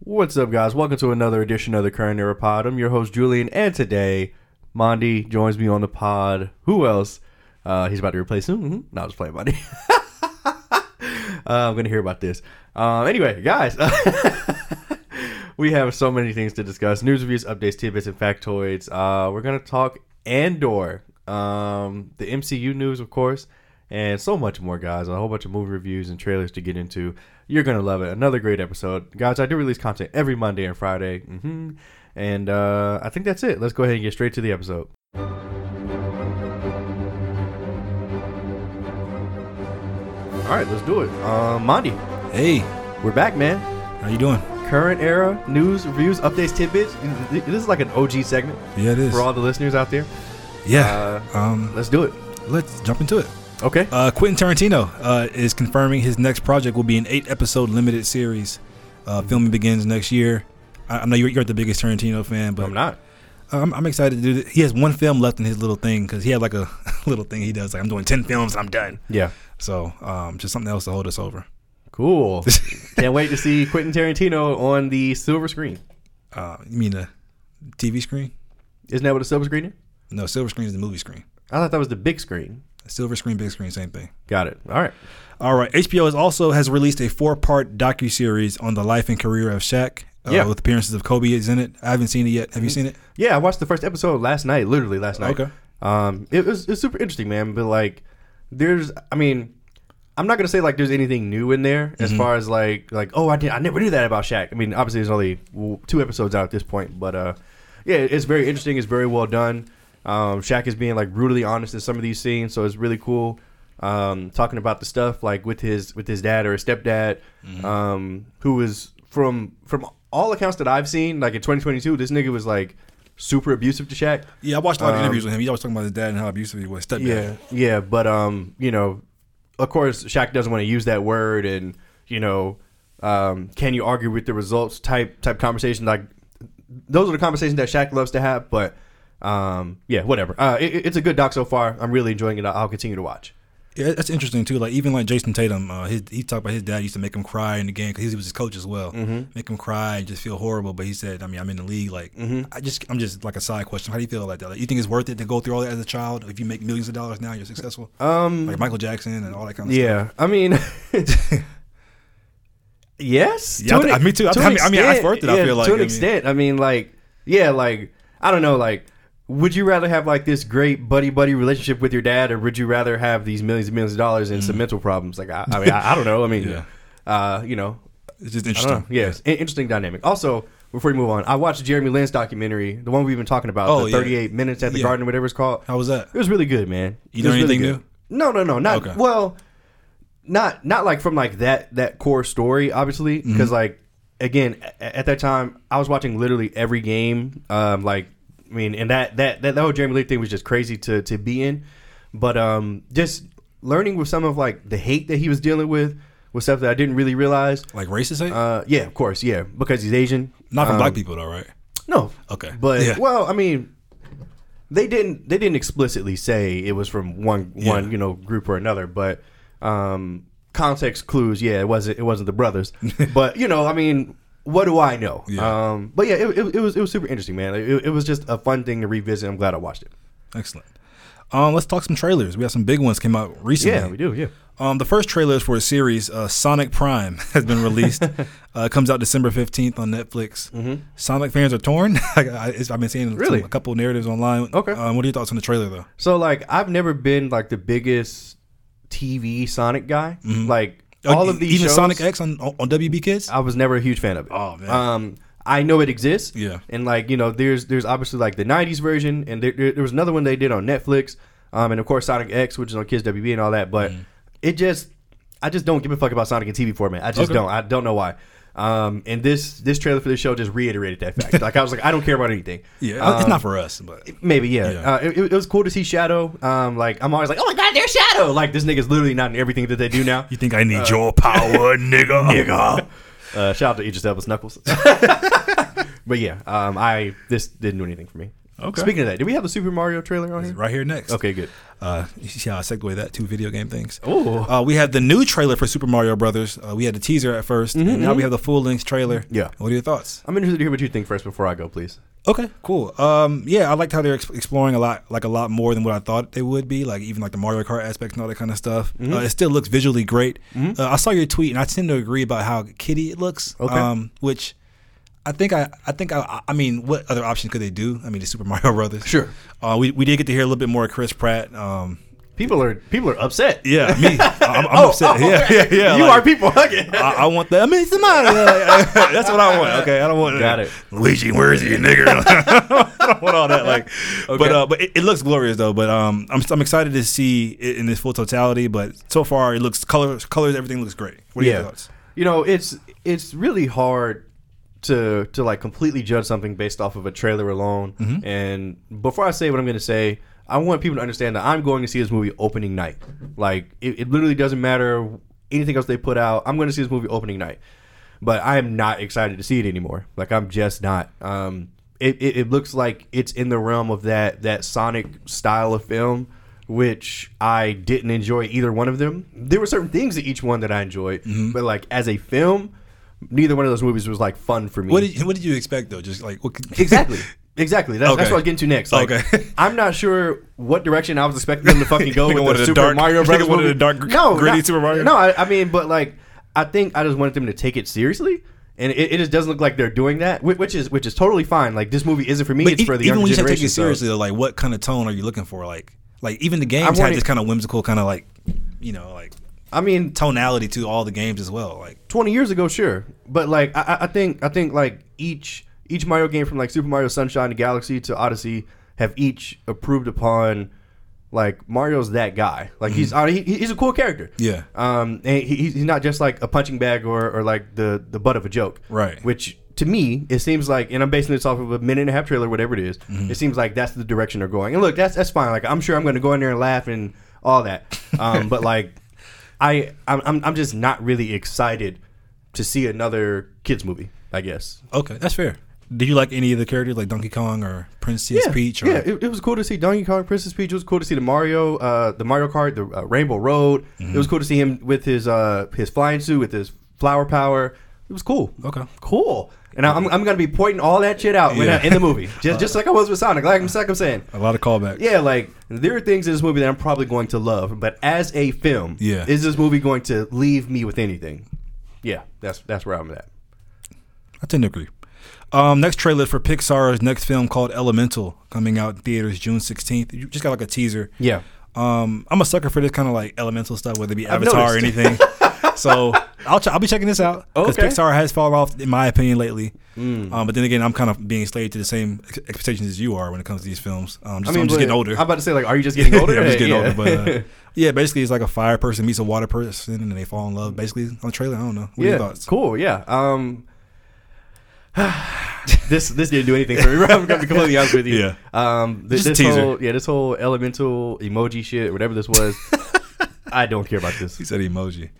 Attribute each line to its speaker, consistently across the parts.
Speaker 1: What's up, guys? Welcome to another edition of the Current Era Pod. I'm your host, Julian, and today, Mondi joins me on the pod. Who else? Uh, he's about to replace him. Mm-hmm. No, I was playing, Mondi. uh, I'm going to hear about this. Um, anyway, guys, we have so many things to discuss news, reviews, updates, tidbits, and factoids. Uh, we're going to talk Andor, um, the MCU news, of course, and so much more, guys. A whole bunch of movie reviews and trailers to get into. You're going to love it. Another great episode. Guys, I do release content every Monday and Friday. hmm And uh, I think that's it. Let's go ahead and get straight to the episode. All right, let's do it. Um, Mondi,
Speaker 2: Hey,
Speaker 1: we're back, man.
Speaker 2: how you doing?
Speaker 1: Current era news, reviews, updates, tidbits. This is like an OG segment
Speaker 2: Yeah, it is.
Speaker 1: for all the listeners out there.
Speaker 2: yeah. um,
Speaker 1: Let's do it.
Speaker 2: let's jump into it.
Speaker 1: Okay.
Speaker 2: Uh, Quentin Tarantino uh, is confirming his next project will be an eight-episode limited series. Uh, filming begins next year. I, I know you're, you're the biggest Tarantino fan, but
Speaker 1: I'm not.
Speaker 2: I'm, I'm excited to do this. He has one film left in his little thing because he had like a little thing he does. Like I'm doing ten films and I'm done.
Speaker 1: Yeah.
Speaker 2: So um, just something else to hold us over.
Speaker 1: Cool. Can't wait to see Quentin Tarantino on the silver screen.
Speaker 2: Uh, you mean the TV screen?
Speaker 1: Isn't that what a silver screen is?
Speaker 2: No, silver screen is the movie screen.
Speaker 1: I thought that was the big screen.
Speaker 2: Silver screen, big screen, same thing.
Speaker 1: Got it. All right.
Speaker 2: All right. HBO has also has released a four part docu series on the life and career of Shaq. Uh,
Speaker 1: Yeah.
Speaker 2: With appearances of Kobe is in it. I haven't seen it yet. Have you seen it?
Speaker 1: Yeah, I watched the first episode last night, literally last night.
Speaker 2: Okay.
Speaker 1: Um, it was it's super interesting, man. But like, there's, I mean, I'm not gonna say like there's anything new in there as far as like like oh I did I never knew that about Shaq. I mean, obviously there's only w- two episodes out at this point, but uh, yeah, it's very interesting. It's very well done. Um, Shaq is being like brutally honest in some of these scenes, so it's really cool. Um, talking about the stuff like with his with his dad or his stepdad, um, who is from from all accounts that I've seen, like in 2022, this nigga was like super abusive to Shaq.
Speaker 2: Yeah, I watched a lot of interviews with him. He always talking about his dad and how abusive he was. Stepdad.
Speaker 1: Yeah, yeah, but um, you know, of course, Shaq doesn't want to use that word, and you know, um, can you argue with the results? Type type conversation like those are the conversations that Shaq loves to have. But um, yeah, whatever. Uh, it- it- it's a good doc so far. I'm really enjoying it. I'll I'll continue to watch.
Speaker 2: Yeah, that's interesting too. Like even like Jason Tatum, uh, his, he talked about his dad used to make him cry in the game because he was his coach as well. Make him cry and just feel horrible. But he said, I mean, I'm in the league. Like I just, I'm just like a side question. How do you feel about that? Like, you think it's worth it to go through all that as a child? If you make millions of dollars now, you're successful. Um, like Michael Jackson and all that kind of stuff.
Speaker 1: Yeah, I mean. Yes,
Speaker 2: Yeah, I
Speaker 1: to
Speaker 2: th-
Speaker 1: an-
Speaker 2: me too. I
Speaker 1: to an
Speaker 2: th- I mean- I mean, I
Speaker 1: extent,
Speaker 2: worth it, I feel like,
Speaker 1: to
Speaker 2: I
Speaker 1: an
Speaker 2: mean-
Speaker 1: extent. I mean, like, yeah, like I don't know, like, would you rather have like this great buddy buddy relationship with your dad, or would you rather have these millions and millions of dollars and some mental problems? Like, I, I mean, I, I don't know. I mean,
Speaker 2: Mm-hmm. Yeah.
Speaker 1: uh, you know,
Speaker 2: It's just
Speaker 1: I don't
Speaker 2: interesting.
Speaker 1: know. Yes, in- interesting dynamic. Also, before we move on, I watched Jeremy Lin's documentary, the one we've been talking about,
Speaker 2: Oh,
Speaker 1: the
Speaker 2: yeah.
Speaker 1: 38 minutes at the
Speaker 2: Yeah.
Speaker 1: garden, whatever it's called.
Speaker 2: How was that?
Speaker 1: It was really good, man. It was
Speaker 2: You learn
Speaker 1: really
Speaker 2: anything
Speaker 1: good. No, no, no, not
Speaker 2: Okay.
Speaker 1: well, not not like from like that that core story, obviously,
Speaker 2: Mm-hmm.
Speaker 1: because like again, a- at that time, I was watching literally every game. Um, like, I mean, and that that that, that whole Jeremy Lee thing was just crazy to to be in, but um, just learning with some of like the hate that he was dealing with was stuff that I didn't really realize.
Speaker 2: Like racist? hate?
Speaker 1: Uh, yeah, of course, yeah, because he's Asian.
Speaker 2: Not from
Speaker 1: um,
Speaker 2: black people though, right?
Speaker 1: No.
Speaker 2: Okay.
Speaker 1: But
Speaker 2: Yeah.
Speaker 1: well, I mean, they didn't they didn't explicitly say it was from one one you know group or another, but um, context clues. Yeah, it wasn't it wasn't the brothers, but you know, I mean, what do I know?
Speaker 2: Yeah.
Speaker 1: Um, but yeah, it, it, it was it was super interesting, man. Like, It, it was just a fun thing to revisit. I'm glad I watched it.
Speaker 2: Excellent. Um, let's talk some trailers. We have some big ones came out recently.
Speaker 1: Yeah, we do. Yeah.
Speaker 2: Um, the first trailers for a series, uh, Sonic Prime, has been released. uh, it comes out December fifteenth on Netflix. Sonic fans are torn. I, I, it's- I've been seeing some-
Speaker 1: Mm-hmm. Really?
Speaker 2: a couple of narratives online.
Speaker 1: Okay.
Speaker 2: Um, what are your thoughts on the trailer though?
Speaker 1: So like, I've never been like the biggest TV Sonic guy. Like all
Speaker 2: Uh,
Speaker 1: of these
Speaker 2: even
Speaker 1: shows- Uh,
Speaker 2: Sonic X on on WB Kids.
Speaker 1: I was never a huge fan of it.
Speaker 2: Oh, man.
Speaker 1: Um, I know it exists.
Speaker 2: Yeah.
Speaker 1: And like you know, there's there's obviously like the '90s version, and there, there, there was another one they did on Netflix, um, and of course Sonic X, which is on Kids WB and all that. But
Speaker 2: Mm.
Speaker 1: it just, I just don't give a fuck about Sonic in TV format. I just
Speaker 2: Okay.
Speaker 1: don't. I don't know why. Um, and this this trailer for this show just reiterated that fact. like I was like, I don't care about anything.
Speaker 2: yeah,
Speaker 1: Um,
Speaker 2: it's not for us, but
Speaker 1: Maybe yeah.
Speaker 2: Yeah.
Speaker 1: Uh, it, it was cool to see Shadow. Um, like I'm always like, oh my god, there's Shadow. Like this nigga's literally not in everything that they do now.
Speaker 2: you think I need your power, nigga? nigga.
Speaker 1: Uh, shout out to Idris Elba's Knuckles. but yeah, um, I this didn't do anything for me.
Speaker 2: Okay.
Speaker 1: Speaking of that, do we have the Super Mario trailer on here?
Speaker 2: right here next.
Speaker 1: Okay, good.
Speaker 2: Uh, yeah, I segue that to video game things.
Speaker 1: Oh,
Speaker 2: Uh, we have the new trailer for Super Mario Brothers. Uh, we had the teaser at 1st and now we have the full length trailer.
Speaker 1: Yeah.
Speaker 2: What are your thoughts?
Speaker 1: I'm interested to hear what you think first before I go, please.
Speaker 2: Okay, cool. Um, yeah, I liked how they're ex- exploring a lot, like a lot more than what I thought they would be. Like even like the Mario Kart aspects and all that kind of stuff. Uh, it still looks visually great. Uh, I saw your tweet, and I tend to agree about how kitty it looks.
Speaker 1: Okay.
Speaker 2: Um, which I think I, I think I, I mean, what other option could they do? I mean, the Super Mario Brothers.
Speaker 1: Sure.
Speaker 2: Uh, we we did get to hear a little bit more of Chris Pratt. Um,
Speaker 1: People are people are upset.
Speaker 2: yeah, me. I'm, I'm upset. yeah, yeah, yeah.
Speaker 1: Oh, You
Speaker 2: like-
Speaker 1: are people hugging.
Speaker 2: I, I want that. I mean, it's mine. That's what I want. Okay, I don't want
Speaker 1: Got it.
Speaker 2: Luigi, where is he, nigger? I don't want all that. Like, but uh, but it, it looks glorious though. But um, I'm I'm excited to see it in its full totality. But so far, it looks colors, colors, everything looks great. What are your
Speaker 1: yeah.
Speaker 2: thoughts?
Speaker 1: You know, it's it's really hard to to like completely judge something based off of a trailer alone.
Speaker 2: Mm-hmm.
Speaker 1: And before I say what I'm going to say, I want people to understand that I'm going to see this movie opening night. Like it, it literally doesn't matter anything else they put out. I'm going to see this movie opening night. But I am not excited to see it anymore. Like I'm just not. Um, it, it, it looks like it's in the realm of that that Sonic style of film which I didn't enjoy either one of them. There were certain things in each one that I enjoyed,
Speaker 2: Mm-hmm.
Speaker 1: but like as a film, neither one of those movies was like fun for me.
Speaker 2: What did you, what did you expect though? Just like what could,
Speaker 1: exactly. Exactly. That's, that's
Speaker 2: Okay.
Speaker 1: what I was getting to next. Like,
Speaker 2: Okay.
Speaker 1: I'm not sure what direction I was expecting them to fucking go
Speaker 2: Nigga
Speaker 1: with
Speaker 2: wanted
Speaker 1: the
Speaker 2: a
Speaker 1: Super
Speaker 2: dark-
Speaker 1: Mario
Speaker 2: nigga
Speaker 1: Brothers
Speaker 2: wanted
Speaker 1: movie.
Speaker 2: a dark, gr- gritty Super Mario.
Speaker 1: No, I, I mean, but like, I think I just wanted them to take it seriously, and it, it just doesn't look like they're doing that, whi- which is which is totally fine. Like, this movie isn't for me;
Speaker 2: But
Speaker 1: it's
Speaker 2: e-
Speaker 1: for the
Speaker 2: even
Speaker 1: younger
Speaker 2: when you say
Speaker 1: generation.
Speaker 2: take it
Speaker 1: so-
Speaker 2: seriously, though, like what kind of tone are you looking for? Like like even the games had
Speaker 1: wanted-
Speaker 2: this kind of whimsical kind of like you know like
Speaker 1: I mean,
Speaker 2: tonality to all the games as well. Like
Speaker 1: 20 years ago, sure. But like I, I- I think I think like each each Mario game from like Super Mario Sunshine to Galaxy to Odyssey have each approved upon like Mario's that guy. Like he's uh, he, he's a cool character.
Speaker 2: Yeah.
Speaker 1: Um and he, he's he's not just like a punching bag or or like the the butt of a joke.
Speaker 2: Right.
Speaker 1: Which to me, it seems like, and I'm basing this off of a minute and a half trailer, whatever it is, It seems like that's the direction they're going. And look, that's that's fine. Like I'm sure I'm going to go in there and laugh and all that. Um, but like, I I'm I'm- I'm just not really excited to see another kids movie. I guess.
Speaker 2: Okay, that's fair. Did you like any of the characters, like Donkey Kong or Princess Peach? Or,
Speaker 1: yeah. It, it was cool to see Donkey Kong, Princess Peach. It was cool to see the Mario, uh, the Mario Kart, the uh, Rainbow Road.
Speaker 2: Mm-hmm.
Speaker 1: It was cool to see him with his uh, his flying suit with his flower power. It was cool.
Speaker 2: Okay.
Speaker 1: cool. And I'm, I'm gonna be pointing all that shit out when I-
Speaker 2: Yeah.
Speaker 1: in the movie, just just like I was with Sonic. Like I'm, like I'm saying,
Speaker 2: A lot of callbacks.
Speaker 1: yeah, like there are things in this movie that I'm probably going to love, but as a film,
Speaker 2: Yeah.
Speaker 1: is this movie going to leave me with anything? Yeah, that's that's where I'm at.
Speaker 2: I tend to agree. Um, next trailer for Pixar's next film called Elemental, coming out in theaters June 16th. You just got like a teaser.
Speaker 1: Yeah.
Speaker 2: Um, I'm a sucker for this kind of like elemental stuff, whether it be
Speaker 1: noticed.
Speaker 2: Avatar or anything. so I'll ch- I'll be checking this out because
Speaker 1: Okay. Hmm.
Speaker 2: Pixar has fallen off, in my opinion, lately. Um, but then again, I'm kind of being slave to the same ex- expectations as you are when it comes to these films. Um, just, I am just
Speaker 1: but-
Speaker 2: getting older.
Speaker 1: I'm about to say, like, are you just getting older?
Speaker 2: yeah, I'm just getting
Speaker 1: Yeah.
Speaker 2: older, but uh, yeah, basically it's like a fire person meets a water person and they fall in love. Basically on the trailer, I don't know. What are
Speaker 1: yeah,
Speaker 2: your thoughts?
Speaker 1: cool. Yeah. Um, this this didn't do anything for me. I'm gonna be completely honest with you.
Speaker 2: Yeah.
Speaker 1: Um, th-
Speaker 2: Just a
Speaker 1: this
Speaker 2: teaser.
Speaker 1: whole yeah, this whole elemental emoji shit, whatever this was, I don't care about this.
Speaker 2: He said emoji.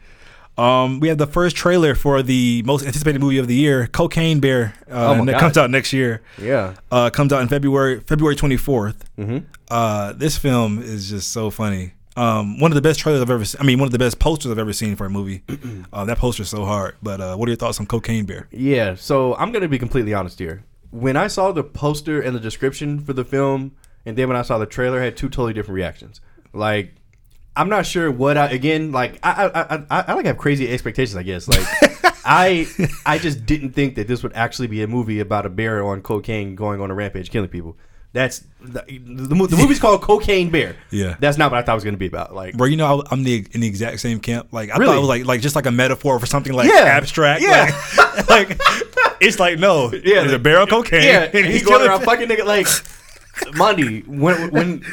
Speaker 2: Um, we have the first trailer for the most anticipated movie of the year, Cocaine Bear, uh,
Speaker 1: my
Speaker 2: and that
Speaker 1: God.
Speaker 2: comes out next year.
Speaker 1: Yeah.
Speaker 2: Uh, comes out in February, February 24th.
Speaker 1: Mhm.
Speaker 2: Uh, this film is just so funny. Um, one of the best trailers I've ever seen. I mean, one of the best posters I've ever seen for a movie. uh, that poster's so hard. But uh, what are your thoughts on Cocaine Bear?
Speaker 1: Yeah, so I'm gonna be completely honest here. When I saw the poster and the description for the film, and then when I saw the trailer, I had two totally different reactions. Like, I'm not sure what I again. Like, I I I, I, I like have crazy expectations. I guess like. I I just didn't think that this would actually be a movie about a bear on cocaine going on a rampage killing people. That's the, the, mo- the movie's called Cocaine Bear.
Speaker 2: Yeah.
Speaker 1: that's not what I thought it was going to be about. Like,
Speaker 2: Bro, you know I, I'm the in the exact same camp. Like I
Speaker 1: Really?
Speaker 2: thought it was like like just like a metaphor for something like
Speaker 1: Yeah.
Speaker 2: abstract.
Speaker 1: Yeah.
Speaker 2: Like, like, it's like no.
Speaker 1: Yeah,
Speaker 2: There's
Speaker 1: the-
Speaker 2: a barrel of cocaine.
Speaker 1: Yeah, and he's going
Speaker 2: killing
Speaker 1: around fucking nigga like Monday. When when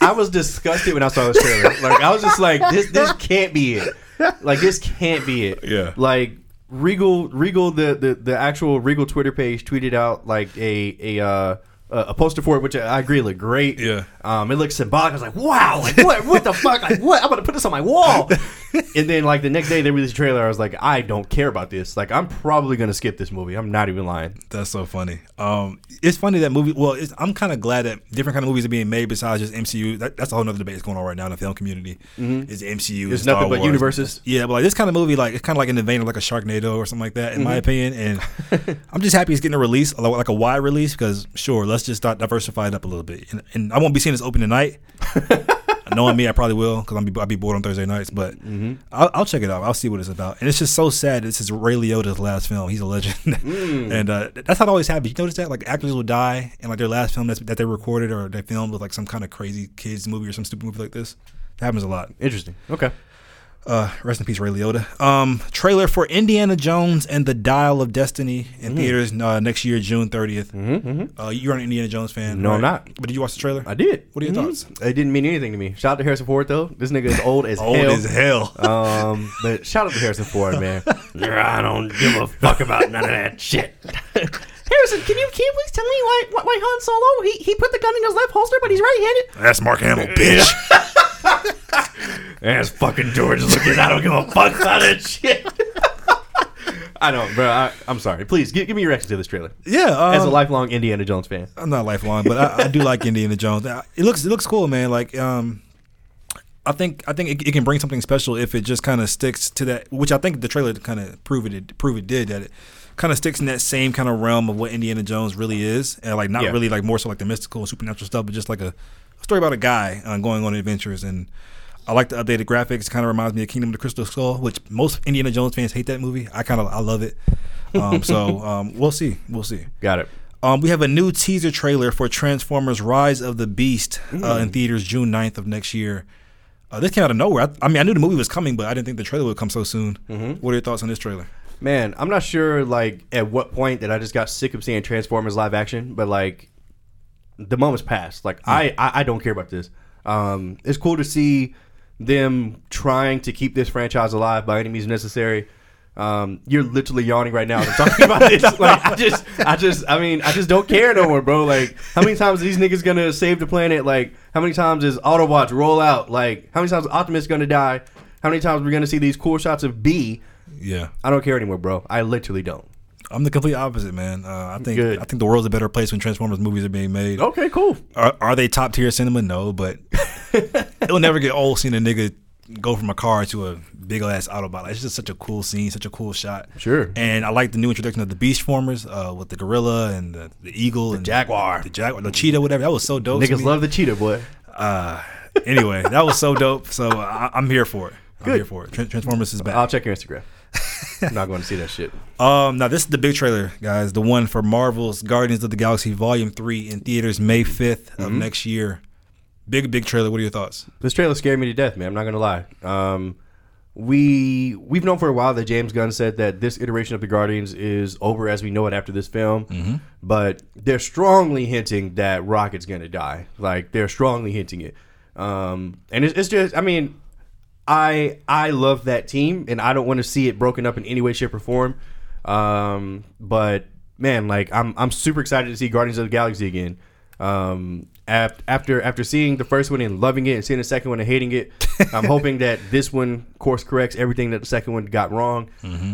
Speaker 1: I was disgusted when I saw this trailer, like I was just like, this this can't be it. Like this can't be it.
Speaker 2: Yeah.
Speaker 1: Like Regal Regal the the, the actual Regal Twitter page tweeted out like a a. uh a a poster for it, which I agree looked great.
Speaker 2: Yeah.
Speaker 1: um, it looked symbolic. I was like, "Wow, like what? What the fuck? Like what? I'm gonna put this on my wall." and then like the next day they released a trailer. I was like, I don't care about this. Like I'm probably gonna skip this movie. I'm not even lying.
Speaker 2: That's so funny. Um, it's funny that movie. Well, it's, I'm kind of glad that different kind of movies are being made besides just MCU. That, that's a whole nother debate that's going on right now in the film community. Is MCU?
Speaker 1: Mm-hmm. There's
Speaker 2: is Star
Speaker 1: nothing but
Speaker 2: Wars.
Speaker 1: universes.
Speaker 2: Yeah, but like this kind of movie, like it's kind of like in the vein of like a Sharknado or something like that, in
Speaker 1: Mm-hmm.
Speaker 2: my opinion. And I'm just happy it's getting a release, like- like a wide release, because sure, let's just start diversify it up a little bit. And, and I won't be seeing this open tonight. Knowing me, I probably will, because I'll be I'll be bored on Thursday nights. But
Speaker 1: Mm-hmm.
Speaker 2: I'll, I'll check it out. I'll see what it's about. And it's just so sad. This is Ray Liotta's last film. He's a legend,
Speaker 1: Mm.
Speaker 2: and uh, that's how it always happens. You notice that like actors will die, and like their last film that's, that they recorded or they filmed with like some kind of crazy kids movie or some stupid movie like this. That happens a lot.
Speaker 1: Interesting. Okay.
Speaker 2: Uh, rest in peace, Ray Liotta. Um, trailer for Indiana Jones and the Dial of Destiny in
Speaker 1: Mm-hmm.
Speaker 2: theaters uh, next year, June 30th. Uh, you're an Indiana Jones fan?
Speaker 1: No, I'm not.
Speaker 2: But did you watch the trailer?
Speaker 1: I did.
Speaker 2: What are your
Speaker 1: Mhm.
Speaker 2: thoughts?
Speaker 1: It didn't mean anything to me. Shout out to Harrison Ford though. This nigga is old as
Speaker 2: Old
Speaker 1: hell.
Speaker 2: as hell.
Speaker 1: um, but shout out to Harrison Ford, man. I don't give a fuck about none of that shit. Harrison, can you can you please tell me why why, why Han Solo he, he put the gun in his left holster, but he's right-handed?
Speaker 2: That's Mark Hamill, bitch.
Speaker 1: That's fucking George Lucas. I don't give a fuck about that shit. I don't, bro. I, I'm sorry. Please give, give me your reaction to this trailer.
Speaker 2: yeah. Um,
Speaker 1: As a lifelong Indiana Jones fan,
Speaker 2: I'm not lifelong, but I, I do like Indiana Jones. I- It looks it looks cool, man. Like um, I think I think it, it can bring something special if it just kind of sticks to that, which I think the trailer kind of prove it did- prove it did that it kind of sticks in that same kind of realm of what Indiana Jones really is, and like not
Speaker 1: Yeah.
Speaker 2: really like more so like the mystical and supernatural stuff, but just like a, a story about a guy uh, going on adventures and. I like the updated graphics. It kind of reminds me of Kingdom of the Crystal Skull, which most Indiana Jones fans hate that movie. I kind of I love it. Um, so um, we'll see, we'll see.
Speaker 1: got it.
Speaker 2: Um, we have a new teaser trailer for Transformers: Rise of the Beast uh, in theaters June 9th of next year. Uh, this came out of nowhere. I, I mean, I knew the movie was coming, but I didn't think the trailer would come so soon. What are your thoughts on this trailer?
Speaker 1: Man, I'm not sure like at what point that I just got sick of seeing Transformers live action, but like the moment's passed. Like I, I, I don't care about this. Um, it's cool to see them trying to keep this franchise alive by any means necessary. Um, you're literally yawning right now. as I'm talking about this. Like I just, I just, I mean, I just don't care no more, bro. Like how many times are these niggas gonna save the planet? Like how many times is Autobots roll out? Like how many times is Optimus gonna die? How many times are we gonna see these cool shots of B?
Speaker 2: Yeah,
Speaker 1: I don't care anymore, bro. I literally don't.
Speaker 2: I'm the complete opposite, man. Uh, I think
Speaker 1: Good.
Speaker 2: I think the world's a better place when Transformers movies are being made.
Speaker 1: Okay, cool.
Speaker 2: Are, are they top tier cinema? No, but it'll never get old seeing a nigga go from a car to a big ass Autobot. Like, it's just such a cool scene, such a cool shot.
Speaker 1: Sure.
Speaker 2: And I like the new introduction of the Beast Formers uh, with the gorilla and the, the eagle and
Speaker 1: Jaguar.
Speaker 2: the jaguar, the cheetah, whatever. That was so dope. to
Speaker 1: Niggas
Speaker 2: me.
Speaker 1: love the cheetah, boy.
Speaker 2: Uh, anyway, that was so dope. So I, I'm here for it. I'm here for it. Tran- Transformers is
Speaker 1: I'll
Speaker 2: back.
Speaker 1: check your Instagram. I'm not going to see that shit.
Speaker 2: Um, now this is the big trailer, guys. The one for Marvel's Guardians of the Galaxy Volume Three in theaters May 5th of
Speaker 1: Mm-hmm.
Speaker 2: next year. Big big trailer. What are your thoughts?
Speaker 1: This trailer scared me to death, man. I'm not going to lie. Um, we we've known for a while that James Gunn said that this iteration of the Guardians is over as we know it after this film, but they're strongly hinting that Rocket's going to die. Like they're strongly hinting it, um, and it's, it's just I mean I I love that team, and I don't want to see it broken up in any way, shape, or form. Um, but man, like I'm I'm super excited to see Guardians of the Galaxy again. Um, ap- after after seeing the first one and loving it, and seeing the second one and hating it, I'm hoping that this one course corrects everything that the second one got wrong.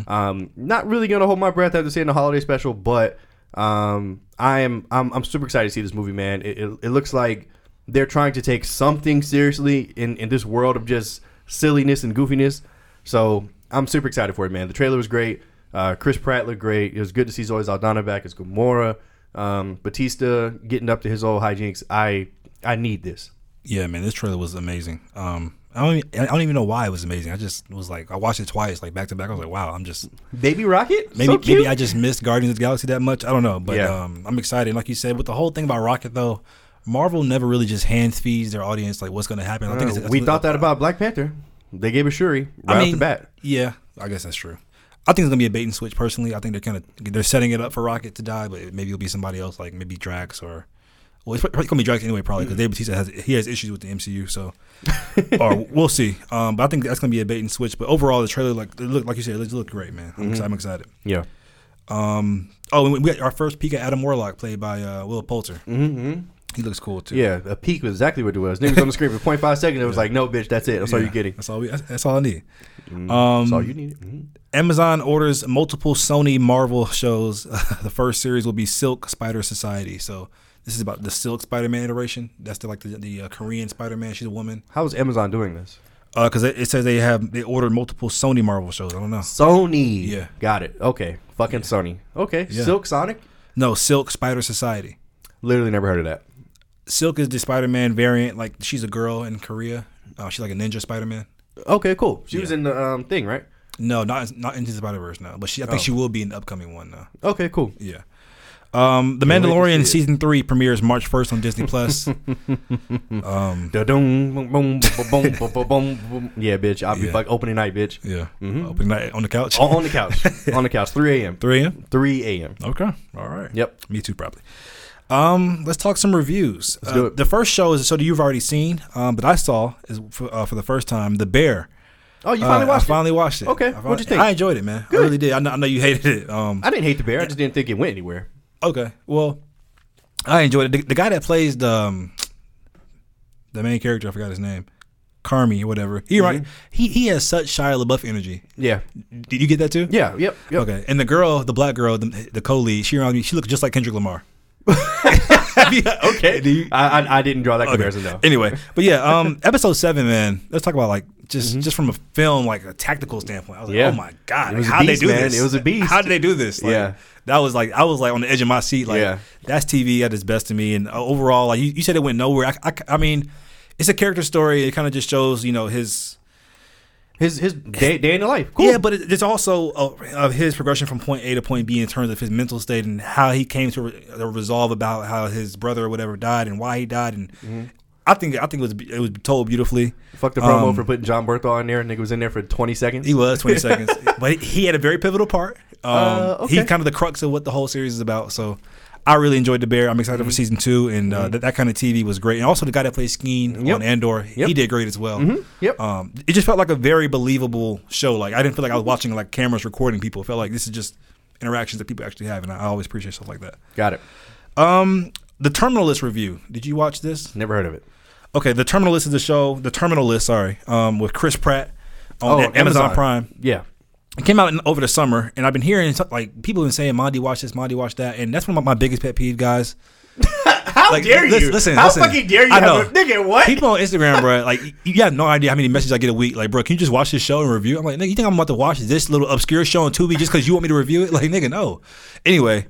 Speaker 1: Um, not really gonna hold my breath after seeing the holiday special, but um, I am I'm, I'm super excited to see this movie, man. It, it, it looks like they're trying to take something seriously in, in this world of just silliness and goofiness. So I'm super excited for it, man. The trailer was great. Uh, Chris Pratt looked great. It was good to see Zoe Saldana back as Gamora. Um, Batista getting up to his old hijinks. I I need this.
Speaker 2: Yeah, man, this trailer was amazing. Um, I don't, even, I don't even know why it was amazing. I just was like, I watched it twice, like back to back. I was like, wow, I'm just
Speaker 1: Baby Rocket,
Speaker 2: maybe
Speaker 1: so cute.
Speaker 2: maybe I just missed Guardians of the Galaxy that much. I don't know, but
Speaker 1: Yeah.
Speaker 2: um, I'm excited. And like you said, with the whole thing about Rocket though, Marvel never really just hand feeds their audience like what's going to happen. I think it's,
Speaker 1: we thought that about Black Panther. They gave us Shuri right off the bat.
Speaker 2: Yeah, I guess that's true. I think it's gonna be a bait and switch. Personally, I think they're kind of they're setting it up for Rocket to die, but maybe it'll be somebody else, like maybe Drax or. Well, it's probably it's gonna be Drax anyway, probably
Speaker 1: Mm.
Speaker 2: because David Batista has he has issues with the MCU, so or we'll see. Um, but I think that's gonna be a bait and switch. But overall, the trailer like it look like you said, it looked great, man. I'm, exci- I'm excited.
Speaker 1: Yeah.
Speaker 2: Um, oh, and we got our first peek at Adam Warlock, played by uh, Will Poulter. Mm-hmm. He looks cool too.
Speaker 1: Yeah, a peak was exactly what it was. Niggas on the screen for 0.5 seconds. It was like, no, bitch, that's it. That's all
Speaker 2: Yeah,
Speaker 1: you're getting. Mm.
Speaker 2: That's all we. That's, that's all I need. Um,
Speaker 1: That's all you needed. Mhm.
Speaker 2: Amazon orders multiple Sony Marvel shows. the first series will be Silk Spider Society. So this is about the Silk Spider-Man iteration. That's the, like the, the uh, Korean Spider-Man. She's a woman.
Speaker 1: How is Amazon doing this?
Speaker 2: Because it, it says they have they ordered multiple Sony Marvel shows. I don't know.
Speaker 1: Sony.
Speaker 2: Yeah.
Speaker 1: Got it. Okay. Fucking Sony. Okay.
Speaker 2: Yeah.
Speaker 1: Silk Sonic?
Speaker 2: No, Silk Spider Society.
Speaker 1: Literally never heard of that.
Speaker 2: Silk is the Spider-Man variant. Like she's a girl in Korea. Uh, she's like a ninja Spider-Man.
Speaker 1: Okay, cool. She was in the um, thing, right?
Speaker 2: No, not not into the Spider Verse now, but she I think
Speaker 1: Oh.
Speaker 2: she will be in the upcoming one now.
Speaker 1: Okay, cool.
Speaker 2: Yeah. Um, the
Speaker 1: wait to
Speaker 2: Mandalorian
Speaker 1: see it.
Speaker 2: season three premieres March first on Disney Plus. um,
Speaker 1: Da-dum, boom, boom, boom, boom, boom, boom, boom. Yeah, bitch. I'll be
Speaker 2: Yeah.
Speaker 1: like opening night, bitch.
Speaker 2: yeah,
Speaker 1: Mm-hmm.
Speaker 2: open night on the couch.
Speaker 1: On on the couch. on the couch. 3 a.m.
Speaker 2: Three a.m.
Speaker 1: 3 a.m.
Speaker 2: Okay, all right.
Speaker 1: Yep.
Speaker 2: me too probably. Um, let's talk some reviews. Let's
Speaker 1: do it.
Speaker 2: The first show is a show that you've already seen, um, but I saw is for, uh, for the first time The Bear.
Speaker 1: Oh, you finally
Speaker 2: Uh,
Speaker 1: watched
Speaker 2: I finally watched it.
Speaker 1: Okay,
Speaker 2: I fin-
Speaker 1: what'd you think?
Speaker 2: I enjoyed it, man. I really did. I know, I know you hated it. Um,
Speaker 1: it? I didn't hate the bear. I just didn't think it went anywhere.
Speaker 2: Okay. Well, I enjoyed it. The, the guy that plays the um, the main character, I forgot his name, Carmi or whatever. He
Speaker 1: Mm-hmm.
Speaker 2: right. He he has such Shia LaBeouf energy.
Speaker 1: Yeah.
Speaker 2: Did you get that too?
Speaker 1: Yeah. Yep. yep.
Speaker 2: Okay. And the girl, the black girl, the, the co-lead, she reminds me. She looked just like Kendrick Lamar. okay.
Speaker 1: I, I I didn't draw that comparison though.
Speaker 2: Anyway, but yeah, um, episode seven, man. Let's talk about like just just from a film, like a tactical standpoint. I was like,
Speaker 1: Mm-hmm. Yeah.
Speaker 2: oh my god,
Speaker 1: It was a
Speaker 2: how would they
Speaker 1: beast,
Speaker 2: do
Speaker 1: man.
Speaker 2: this?
Speaker 1: It was a beast.
Speaker 2: How did they do this? Like,
Speaker 1: Yeah.
Speaker 2: that was like I was like on the edge of my seat. Like
Speaker 1: Yeah.
Speaker 2: that's TV at its best to me. And uh, overall, like you, you said, it went nowhere. I, I, I mean, it's a character story. It kind of just shows you know his
Speaker 1: His his day, day in the life. Cool.
Speaker 2: yeah, but it- it's also uh, of his progression from point A to point B in terms of his mental state and how he came to re- a resolve about how his brother or whatever died and why he died. And I think I think it was it was told beautifully.
Speaker 1: Fuck the promo
Speaker 2: Um,
Speaker 1: for putting John Berthaw in there. Nigga was in there for 20 seconds.
Speaker 2: He was 20 seconds, but he had a very pivotal part. Um,
Speaker 1: Uh, okay.
Speaker 2: He kind of the crux of what the whole series is about. So I really enjoyed the bear. I'm excited
Speaker 1: Mm-hmm.
Speaker 2: for season two, and uh, that, that kind of TV was great. And also the guy that plays Skeen
Speaker 1: Yep.
Speaker 2: on Andor, he
Speaker 1: Yep. Mm-hmm.
Speaker 2: did great as well.
Speaker 1: Yep.
Speaker 2: Um, it just felt like a very believable show. Like I didn't feel like I was watching like cameras recording people. It felt like this is just interactions that people actually have, and I, I always appreciate stuff like that.
Speaker 1: Got it.
Speaker 2: Um, the Terminalist review. Did you watch this?
Speaker 1: Never heard of it.
Speaker 2: Okay, The Terminalist is a show. The Terminalist, sorry, um, with Chris Pratt on
Speaker 1: Oh,
Speaker 2: Amazon.
Speaker 1: Amazon.
Speaker 2: Prime.
Speaker 1: Yeah.
Speaker 2: It came out in, over the summer, and I've been hearing so- like people have been saying, "Mondi, watch this. Mondi, watch that." And that's one of my, my biggest pet peeve, guys.
Speaker 1: How
Speaker 2: Like, lis- listen, listen. I know. People on Instagram, bro, like you- you have no idea how many messages I get a week. Like, bro, can you just watch this show and review? I'm like, nigga, you think I'm about to watch this little obscure show on Tubi just because you want me to review it? Like, nigga, no. Anyway,